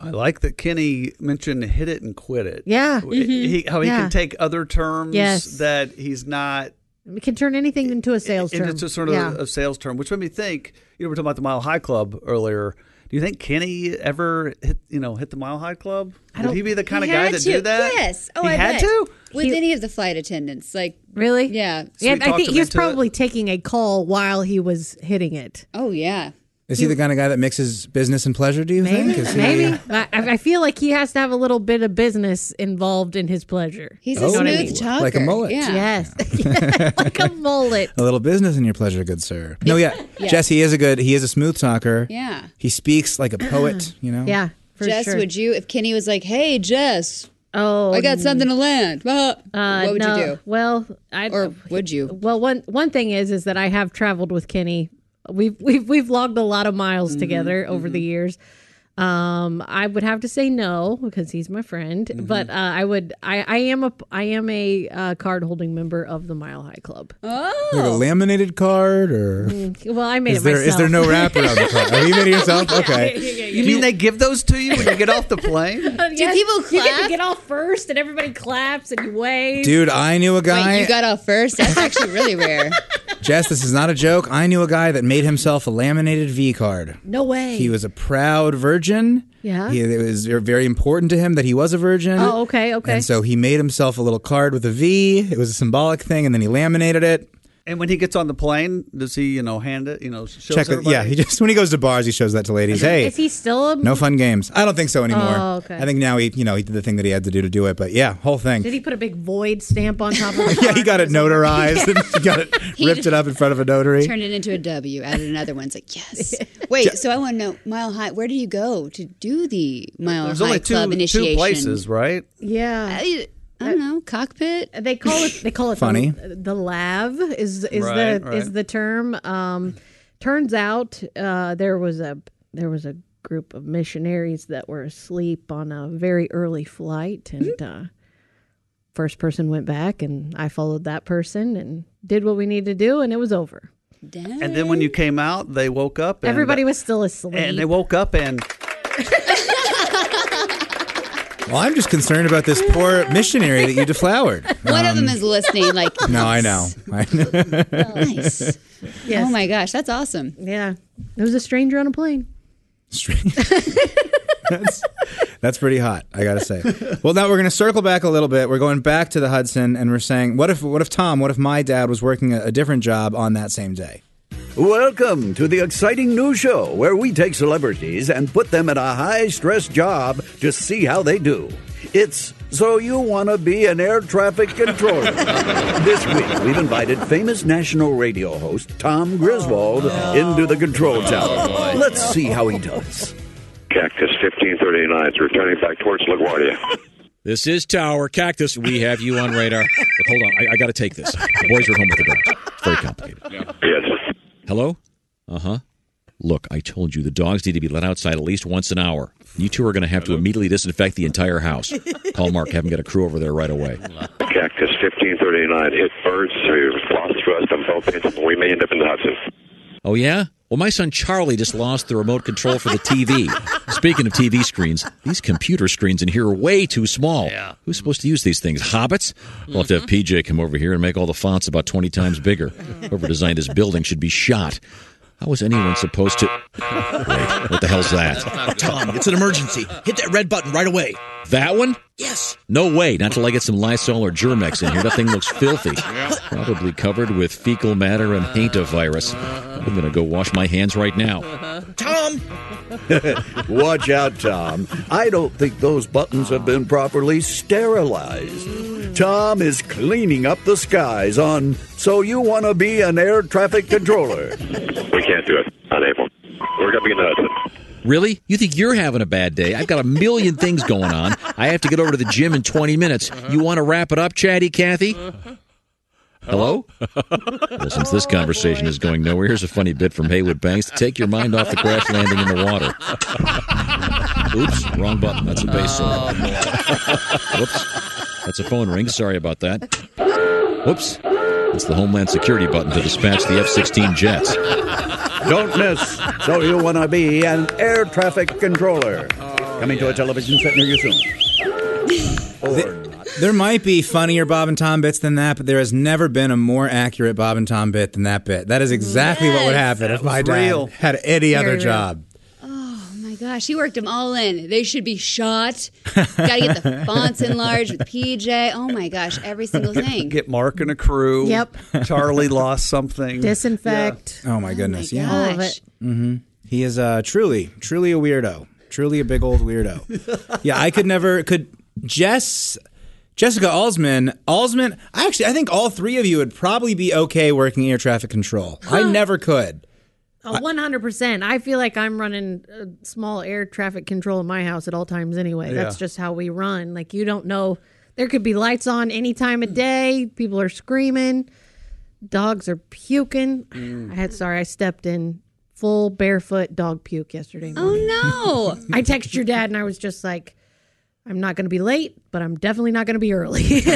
S3: I like that Kenny mentioned hit it and quit it.
S5: Yeah.
S3: W- He, how he
S5: Yeah.
S3: can take other terms
S5: Yes.
S3: that he's not.
S5: We can turn anything into a sales
S3: And
S5: term.
S3: it's a sort of
S5: Yeah.
S3: a sales term, which made me think. You know, we are talking about the Mile High Club earlier. Do you think Kenny ever hit? You know, hit the Mile High Club? Would he be the kind
S4: He
S3: of guy
S4: had
S3: that
S4: to.
S3: do that?
S4: Yes. Oh,
S3: he
S4: I
S3: had
S4: bet. *laughs*
S3: to.
S4: With any of the flight attendants, like
S5: really?
S4: Yeah.
S5: Yeah, I think he was probably taking a call while he was hitting it.
S4: Oh yeah.
S2: Is he the kind of guy that mixes business and pleasure? Do you think? Is he- uh,
S5: Maybe. I, I feel like he has to have a little bit of business involved in his pleasure.
S4: He's
S2: a Oh, smooth like a talker. mullet. Yeah.
S5: Yes. *laughs* like a
S2: *laughs*
S5: mullet.
S2: A little business in your pleasure, good sir. No, *laughs* yeah, Jess, he is a good. He is a smooth talker.
S4: Yeah.
S2: He speaks like a *clears throat* poet. You know.
S5: Yeah.
S4: Jess, would you if Kenny was like, "Hey, Jess, oh, I got something to land." Uh,
S5: Uh,
S4: what would
S5: no.
S4: you do?
S5: Well, I uh,
S4: or would you?
S5: Well, one one thing is is that I have traveled with Kenny. We've we've we've logged a lot of miles
S2: Mm-hmm,
S5: together over the years. Um, I would have to say no because he's my friend,
S2: Mm-hmm.
S5: but uh, I would I I am a I am a uh, card holding member of the Mile High Club.
S2: Like a laminated card, or
S5: Mm, Well, I made
S2: is
S5: it
S2: there is
S5: myself.
S2: there no wrap
S4: *laughs*
S2: around the card? Are you made it *laughs* yourself? Okay.
S3: You mean they give those to you when you get off the plane?
S5: Do people clap? You get to get off first, and everybody claps, and you wave.
S2: Dude, I knew a guy.
S4: you got off first. That's actually
S5: *laughs*
S4: really rare.
S2: *laughs* Jess, this is not a joke. I knew a guy that made himself a laminated V card.
S5: No way.
S2: He was a proud virgin.
S5: Yeah.
S2: He, it was very important to him that he was a virgin.
S5: Oh, okay, okay.
S2: And so he made himself a little card with a V. It was a symbolic thing, and then he laminated it.
S3: And when he gets on the plane, does he, you know, hand it, you know, shows
S2: Check it.
S3: everybody?
S2: Yeah, he just when he goes to bars, he shows that to ladies. Hey,
S5: is he still a
S2: no fun games. I don't think so anymore.
S5: Oh, okay.
S2: I think now he, you know, he did the thing that he had to do to do it. But yeah, whole thing.
S5: Did he put a big void stamp on top of it?
S2: *laughs* yeah, he got it notarized. and he got it
S4: He
S2: ripped it up in front of a notary.
S4: Turned it into a W. Added another one. It's like
S5: *laughs*
S4: yes. Wait. so I want to know mile high. Where do you go to do the mile
S3: There's
S4: high
S3: only two,
S4: club initiation?
S3: two places, right?
S5: Yeah.
S4: I, I don't know. Cockpit.
S5: They call it. They call it
S3: Funny.
S5: The, the lav is is
S3: Right,
S5: the
S3: right.
S5: is the term. Um, turns out uh, there was a there was a group of missionaries that were asleep on a very early flight, and uh, first person went back, and I followed that person and did what we needed to do, and it was over.
S3: And then when you came out, they woke up. And, uh,
S5: Everybody was still asleep.
S3: And they woke
S4: *laughs*
S3: up and
S2: Well, I'm just concerned about this poor missionary that you deflowered.
S4: *laughs* *laughs* One of them
S2: Um,
S4: is listening.
S3: *laughs*
S4: Like
S2: No, I know. I know. *laughs*
S4: Nice.
S5: Yes.
S4: Oh my gosh, that's awesome.
S5: Yeah. It was a stranger on a plane.
S2: that's, that's pretty hot, I
S4: *laughs*
S2: gotta say. Well, now we're gonna circle back a little bit. We're going back to the Hudson, and we're saying, what if, what if Tom, what if my dad was working a, a different job on that same day?
S19: Welcome to the exciting new show where we take celebrities and put them in a high stress job to see how they do. It's So You Want to Be an Air Traffic Controller. this week, we've invited famous national radio host Tom Griswold into the control tower. Let's see how he does.
S30: Cactus 1539 is returning back towards LaGuardia.
S28: This is Tower Cactus. We have you on radar. But hold on, I, I got to take this. The boys are home with the dogs. It's very complicated.
S30: Yes.
S28: Hello? Uh huh. Look, I told you the dogs need to be let outside at least once an hour. You two are going to have to immediately disinfect the entire *laughs* house. Call Mark. Have him get a crew over there right *laughs* away.
S30: Cactus 1539 hit birds who lost thrust on both engines. We may end up in the Hudson.
S28: Oh, yeah? Well, my son Charlie just lost the remote control for the TV. Speaking of TV screens, these computer screens in here are way too small. Yeah. Mm-hmm. Who's supposed to use these things? Hobbits? We'll have to have PJ come over here and make all the fonts about 20 times bigger. Whoever designed this building should be shot. How was anyone supposed to. *laughs* Wait, what the hell's that?
S32: Tom, it's an emergency. Hit that red button right away.
S28: That one?
S32: Yes.
S28: No way, not till I get some Lysol or Germex in here. That thing looks filthy. Probably covered with fecal matter and painta virus. I'm going to go wash my hands right now.
S32: Tom!
S19: *laughs* Watch out, Tom. I don't think those buttons have been properly sterilized. Tom is cleaning up the skies on So You Want to Be an Air Traffic Controller.
S30: We can't do it. Unable. We're going to be in the Hudson.
S28: Really? You think you're having a bad day? I've got a million things going on. I have to get over to the gym in 20 minutes. You want to wrap it up, Chatty Cathy? Hello? well, since this conversation is going nowhere, here's a funny bit from Haywood Banks to take your mind off the crash landing in the water. Oops, wrong button. That's a bass solo. Whoops. That's a phone ring. Sorry about that. Whoops. That's the Homeland Security button to dispatch the F 16 jets.
S19: Don't miss So You Want to Be an Air Traffic Controller. Coming to a television set near you soon.
S2: There might be funnier Bob and Tom bits than that, but there has never been a more accurate Bob and Tom bit than that bit. That is exactly what would
S4: Yes.
S2: happen if
S4: That was
S2: my dad
S4: real.
S2: had any
S4: Very
S2: other
S4: real.
S2: job.
S4: Oh my gosh, he worked them all in. They should be shot. Got to get the fonts enlarged with PJ. Oh my gosh, every single thing.
S3: Get Mark and a crew.
S4: Yep.
S3: *laughs* Charlie lost something.
S5: Disinfect.
S2: Oh my goodness! yeah,
S5: All of it.
S2: hmm He is uh, truly, truly a weirdo. Truly a big old weirdo. yeah, I could never could Jess, Jessica Alsman, Alsman. I actually, I think all three of you would probably be okay working air traffic control. I never could.
S5: One hundred percent. I feel like I'm running a small air traffic control in my house at all times. Anyway, that's
S2: Yeah.
S5: just how we run. Like you don't know, there could be lights on any time of day. People are screaming, dogs are puking. I had sorry, I stepped in full barefoot dog puke yesterday. Morning.
S4: Oh
S5: no! *laughs* I texted your dad and I was just like, I'm not going to be late, but I'm definitely not going to be early. *laughs*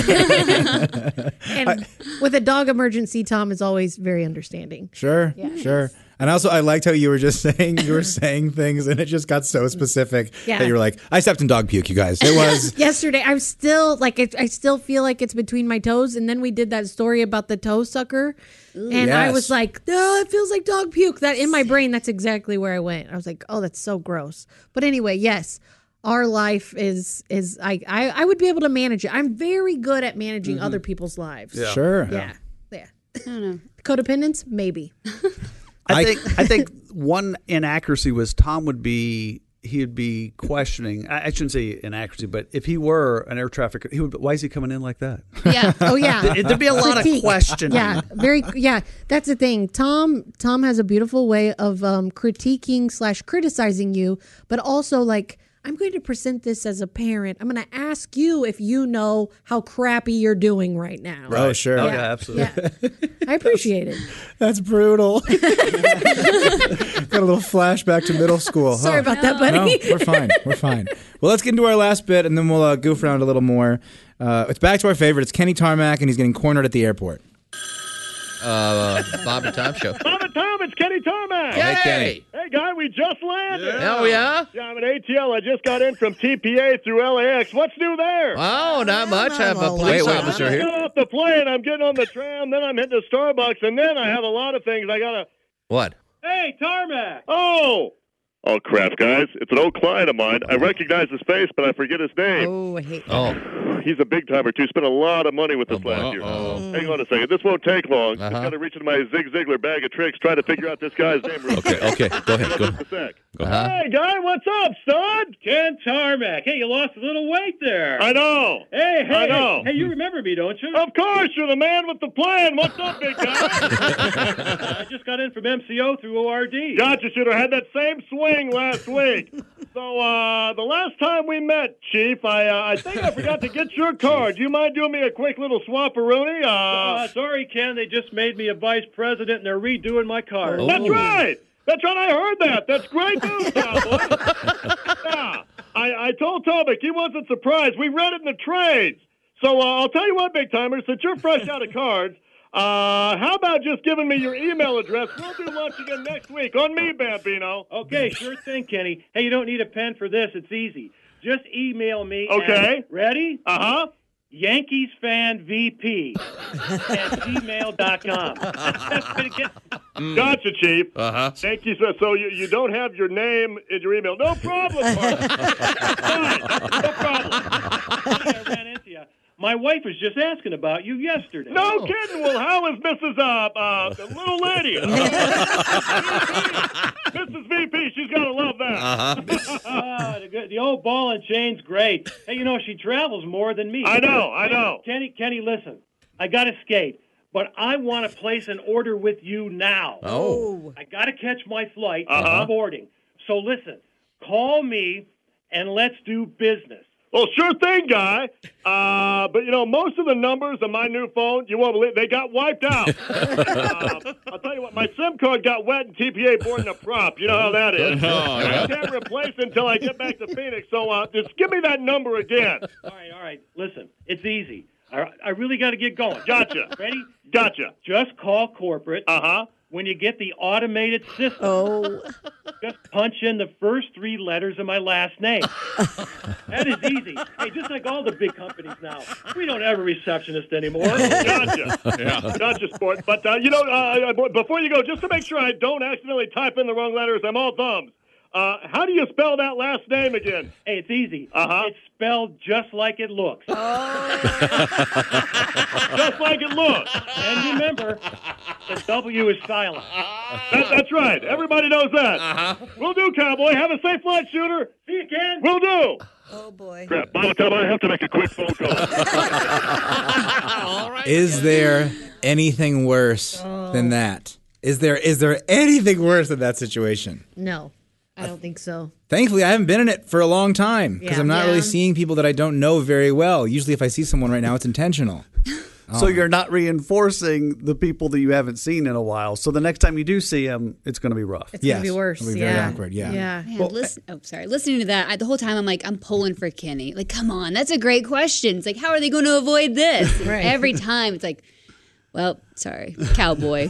S5: and with a dog emergency, Tom is always very understanding.
S2: Sure,
S5: Yeah.
S2: sure. And also, I liked how you were just *laughs* saying you were saying things, and it just got so specific
S5: Yeah.
S2: that you were like, "I stepped in dog puke, you guys."
S5: *laughs*
S2: It was
S5: yesterday. I'm still like it, I still feel like it's between my toes. And then we did that story about the toe sucker, and I
S2: Yes.
S5: was like, "Oh, it feels like dog puke." That in my brain, that's exactly where I went. I was like, "Oh, that's so gross." But anyway, yes, our life is is I I, I would be able to manage it. I'm very good at managing
S2: Mhm.
S5: other people's lives.
S2: Yeah. Sure.
S5: Yeah. Yeah. I don't know. Codependence, maybe.
S3: I think I think one inaccuracy was Tom would be he would be questioning. I, I shouldn't say inaccuracy, but if he were an air traffic, he would. Why is he coming in like that? *laughs*
S5: Yeah. Oh yeah. *laughs*
S3: There- there'd be a lot of
S5: Critique.
S3: questioning.
S5: Yeah. Very. Yeah. That's the thing. Tom. Tom has a beautiful way of um, critiquing slash criticizing you, but also like. I'm going to present this as a parent. I'm going to ask you if you know how crappy you're doing right now.
S2: oh sure,
S3: Oh, yeah, absolutely.
S5: I appreciate it.
S2: *laughs* That's brutal. Got a little flashback to middle
S5: *laughs*
S2: school.
S5: Sorry
S2: huh?
S5: about that, buddy.
S2: No, we're fine. We're fine. Well, let's get into our last bit, and then we'll uh, goof around a little more. Uh, it's back to our favorite. It's Kenny Tarmac, and he's getting cornered at the airport.
S14: Uh, Bob and Tom show.
S22: Bob and Tom, it's Kenny Tarmac.
S14: Oh, hey, Yay! Kenny.
S22: Hey, guy, we just landed.
S14: Yeah. Oh, yeah?
S22: Yeah, I'm at ATL. I just got in from TPA through LAX. What's new there?
S14: Oh, not much. I have a police officer
S22: I'm
S14: here.
S22: getting off the plane. I'm getting on the tram. Then I'm hitting the Starbucks. And then I have a lot of things I got to.
S14: What?
S22: Hey, Tarmac. Oh.
S15: Oh, crap, guys. It's an old client of mine. I recognize his face, but I forget his name.
S23: Oh, I hate
S15: Oh. He's a big timer, too. Spent a lot of money with
S14: Uh-huh.
S15: this last year. Hang on a second. This won't take long. I've got to reach into my Zig Ziglar bag of tricks, try to figure out this guy's name. real quick.
S28: Okay, go ahead. Go
S15: Just a sec.
S17: Hey, guy, what's up, son? Ken Tarmac. Hey, you lost a little weight there.
S15: I know.
S17: Hey, hey,
S15: I know.
S17: hey, you remember me, don't you?
S15: Of course, you're the man with the plan. What's up, big
S17: *laughs* I just got in from MCO through ORD.
S15: God, you should have had that same swing last week. So uh, the last time we met, Chief, I uh, I think I forgot to get your card. Do you mind doing me a quick little swapperoonie? Uh,
S17: Uh, sorry, Ken. They just made me a vice president, and they're redoing my card.
S15: That's right. That's right. I heard that. That's great news, Cowboy. yeah. I, I told Tobic he wasn't surprised. We read it in the trades. So uh, I'll tell you what, big timers, since you're fresh out of cards, uh, how about just giving me your email address? We'll do lunch again next week on me, Bambino.
S17: Okay, sure thing, Kenny. Hey, you don't need a pen for this. It's easy. Just email me.
S15: Okay.
S17: at- ready?
S15: Uh huh.
S17: Yankees fan VP at gmail.com. That's pretty good.
S15: Gotcha, Chief. Uh huh. Thank you. So, so you, you don't have your name in your email. No problem, Mark. Fine. No problem.
S17: My wife was just asking about you yesterday.
S15: No kidding. Well, how is Mrs. Uh, uh, the little lady? Mrs. VP, she's got to love that. *laughs*
S17: Ah, the, good- the old ball and chain's great. Hey, you know, she travels more than me.
S15: I know, I know.
S17: Kenny, Kenny, listen. I got to skate, but I want to place an order with you now.
S14: Oh.
S17: I got to catch my flight.
S15: Uh-huh.
S17: I'm boarding. So listen, call me and let's do business.
S15: Well, sure thing, guy. Uh, but you know, most of the numbers on my new phone, you won't believe, they got wiped out. uh, I'll tell you what, my SIM card got wet and TPA boarding a prop. You know how that *laughs* is.
S17: Oh,
S15: I can't replace it until I get back to Phoenix. So uh, just give me that number again.
S17: All right, all right. Listen, it's easy. All right, I really got to get going.
S15: Gotcha.
S17: Ready?
S15: Gotcha.
S17: Just call corporate.
S15: Uh huh.
S17: When you get the automated system, oh. just punch in the first three letters of my last name. that is easy. Hey, just like all the big companies now, we don't have a receptionist anymore.
S15: gotcha. Gotcha, sport. But uh, you know, uh, uh, before you go, just to make sure I don't accidentally type in the wrong letters, I'm all thumbs. Uh, how do you spell that last name again?
S17: Hey, it's easy.
S15: Uh-huh.
S17: It's spelled just like it looks.
S15: just like it looks.
S17: And remember, the W is silent.
S15: That, that's right. Everybody knows that. We'll do, cowboy. Have a safe flight, shooter.
S17: See you, Ken.
S15: We'll do.
S23: Oh boy.
S15: Crap, Mama, tell me I have to make a quick phone call.
S2: Is there anything worse than that? Is there is there anything worse than that situation?
S5: *laughs* No, I don't think so.
S2: Thankfully, I haven't been in it for a long time because
S5: Yeah.
S2: I'm not
S5: Yeah.
S2: really seeing people that I don't know very well. Usually, if I see someone right now, it's intentional. Oh,
S3: So you're not reinforcing the people that you haven't seen in a while. So the next time you do see them, it's going to be rough.
S4: It's gonna Yes. be worse, It'll be very yeah.
S2: awkward,
S4: Yeah. Man,
S3: Well,
S4: listen, oh, sorry. Listening to that, I, the whole time I'm like, I'm pulling for Kenny. Like, come on, that's a great question. It's like, how are they going to avoid this? And
S5: Right.
S4: Every time it's like, well, sorry, cowboy.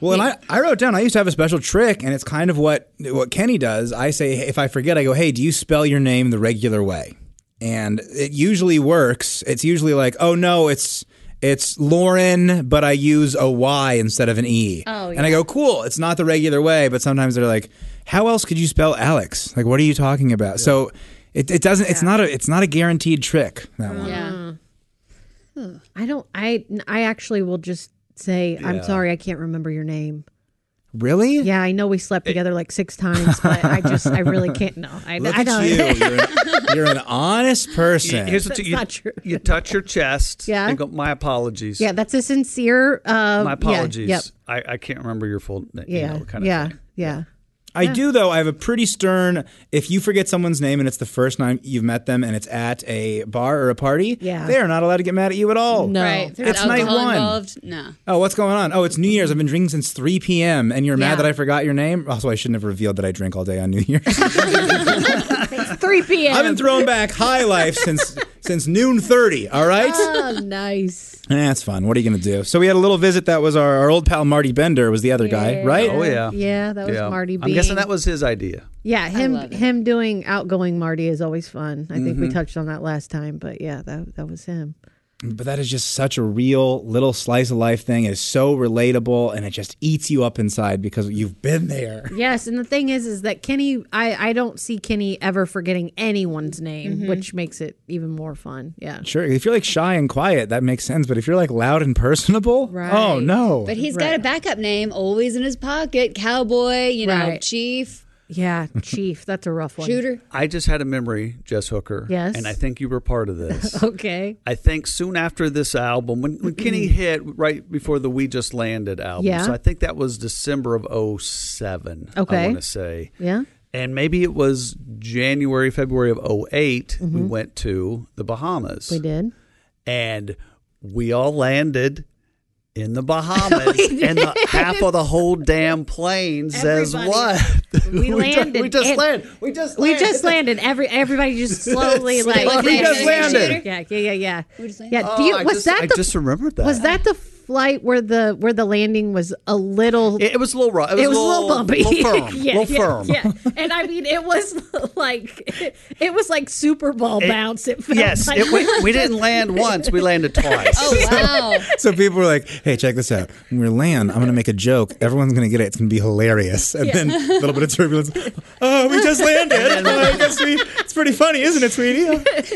S2: Well, and I, I wrote down I used to have a special trick, and it's kind of what what Kenny does. I say if I forget, I go, "Hey, do you spell your name the regular way?" And it usually works. It's usually like, "Oh no, it's it's Lauren, but I use a Y instead of an E."
S5: Oh,
S2: And I go, "Cool, it's not the regular way." But sometimes they're like, "How else could you spell Alex? Like, what are you talking about?" So it, it doesn't. It's not a it's not a guaranteed trick. That one.
S5: Yeah. Hmm. I don't. I I actually will just say
S2: Yeah.
S5: I'm sorry. I can't remember your name.
S2: Really?
S5: Yeah, I know we slept together like
S2: *laughs*
S5: six times, but I just I really can't. No, I,
S2: Look
S5: I don't. *laughs*
S2: at you. You're an, you're an honest person.
S3: Here's what you, you touch your chest
S5: Yeah.
S3: and go, my apologies.
S5: Yeah, that's a sincere. Uh,
S3: my apologies.
S5: Yeah, yep.
S3: I, I can't remember your full name.
S5: Yeah.
S3: You know, kind of
S5: yeah.
S2: *laughs*
S5: Yeah.
S2: I do though. I have a pretty stern. If you forget someone's name and it's the first time you've met them, and it's at a bar or a party,
S4: Yeah.
S2: they are not allowed to get mad at you at all.
S4: Right. If there's
S2: it's night
S4: alcohol
S2: one.
S4: involved, no.
S2: Oh, what's going on? Oh, it's New Year's. I've been drinking since 3 p.m. and you're
S4: Yeah.
S2: mad that I forgot your name. Also, I shouldn't have revealed that I drink all day on New Year's.
S5: *laughs* It's 3 p.m.
S2: I've been throwing back high life since since noon 30.
S5: *laughs*
S2: All right. Eh,
S5: Oh, nice.
S2: That's fun. What are you going to do? So we had a little visit. That was our, our old pal Marty Bender was the other guy, right?
S3: Oh, yeah.
S5: Yeah, that was
S3: Yeah.
S5: Marty
S3: I'm guessing
S5: being-
S3: that was his idea.
S5: Yeah, him him doing outgoing Marty is always fun. I think we
S2: Mm-hmm.
S3: Mhm.
S5: touched on that last time, but yeah, that that was him.
S2: But that is just such a real little slice of life thing. It is so relatable and it just eats you up inside because you've been there.
S5: Yes, and the thing is, is that Kenny, I, I don't see Kenny ever forgetting anyone's name,
S2: Mhm.
S5: which makes it even more fun. Yeah.
S2: Sure. If you're like shy and quiet, that makes sense. But if you're like loud and personable,
S4: Right.
S2: oh no.
S4: But he's got a backup name always in his pocket. Cowboy, you know,
S5: Right.
S4: chief.
S5: Yeah, *laughs* chief. That's a rough one.
S4: Shooter.
S3: I just had a memory, Jess Hooker.
S5: Yes.
S3: And I think you were part of
S5: *laughs* *laughs*
S3: this.
S5: Okay.
S3: I think soon after this album, when, when Kenny hit right before the We Just Landed album.
S5: Yeah.
S3: So I think that was December of 07, I
S5: Okay.
S3: want to say.
S5: Yeah.
S3: And maybe it was January, February of 8 we
S5: Mhm.
S3: went to the Bahamas.
S5: We did.
S3: And we all landed in
S5: *laughs*
S3: the Bahamas. and the, half of the whole damn plane says
S5: Everybody.
S3: what?
S5: We
S3: ju-
S5: landed.
S3: *laughs* We just
S5: and-
S3: landed. We just
S5: We
S3: landed.
S5: just landed. Every everybody
S3: *laughs*
S5: just *laughs* slowly like
S3: We just landed.
S5: Yeah, yeah, yeah, yeah. Yeah. Do
S3: Oh,
S5: you,
S3: I
S5: was
S3: just-
S5: that
S3: I
S5: the
S3: just remembered that.
S5: was that the flight where the where the landing was a little?
S3: It, it was a little rough. It was, a little,
S5: bumpy.
S3: little firm.
S5: *laughs* yeah,
S3: little
S5: yeah,
S3: firm.
S5: Yeah, and I mean, it was *laughs* like it, was like Super Bowl
S3: It-
S5: bounce. It felt
S3: Yes,
S5: like.
S3: it, we,
S5: *laughs*
S3: we didn't land once. We landed twice.
S5: Oh, wow.
S2: so people were like, "Hey, check this out. When we land, I'm going to make a joke. Everyone's going to get it. It's going to be hilarious." And
S5: Yeah.
S2: then a little bit of turbulence. *laughs* Oh, we just landed. *laughs* I guess we. It's pretty funny, isn't it,
S5: *laughs*
S2: sweetie?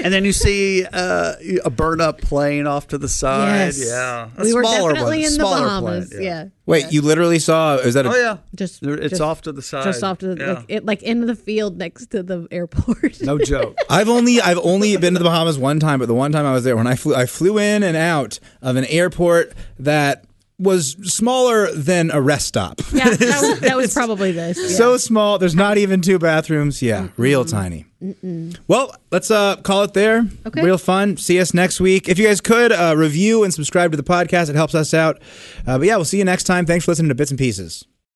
S3: And then you see uh, a burn up plane off to the side.
S5: Yes.
S3: Yeah, a
S5: we were
S3: smaller
S5: definitely in
S3: one,
S5: the
S3: smaller
S5: Bahamas.
S3: Plane.
S5: yeah.
S2: Wait, you literally saw? Is that? A,
S3: Oh yeah,
S5: just
S3: it's
S5: just-
S3: off to the side.
S5: Just off to the
S3: Yeah.
S5: like, it, like in the field next to the airport.
S3: No joke.
S2: *laughs* I've only I've only been to the Bahamas one time, but the one time I was there when I flew I flew in and out of an airport that was smaller than a rest stop.
S5: *laughs* yeah, that was, that
S3: *laughs*
S5: was probably this. Yeah.
S2: So small, there's not even two bathrooms. Yeah,
S5: Mm-hmm.
S2: real tiny.
S5: Mm-mm.
S2: Well, let's uh, call it there.
S5: Okay.
S2: Real fun. See us next week. If you guys could uh, review and subscribe to the podcast, it helps us out. Uh, but yeah, we'll see you next time. Thanks for listening to Bits and Pieces.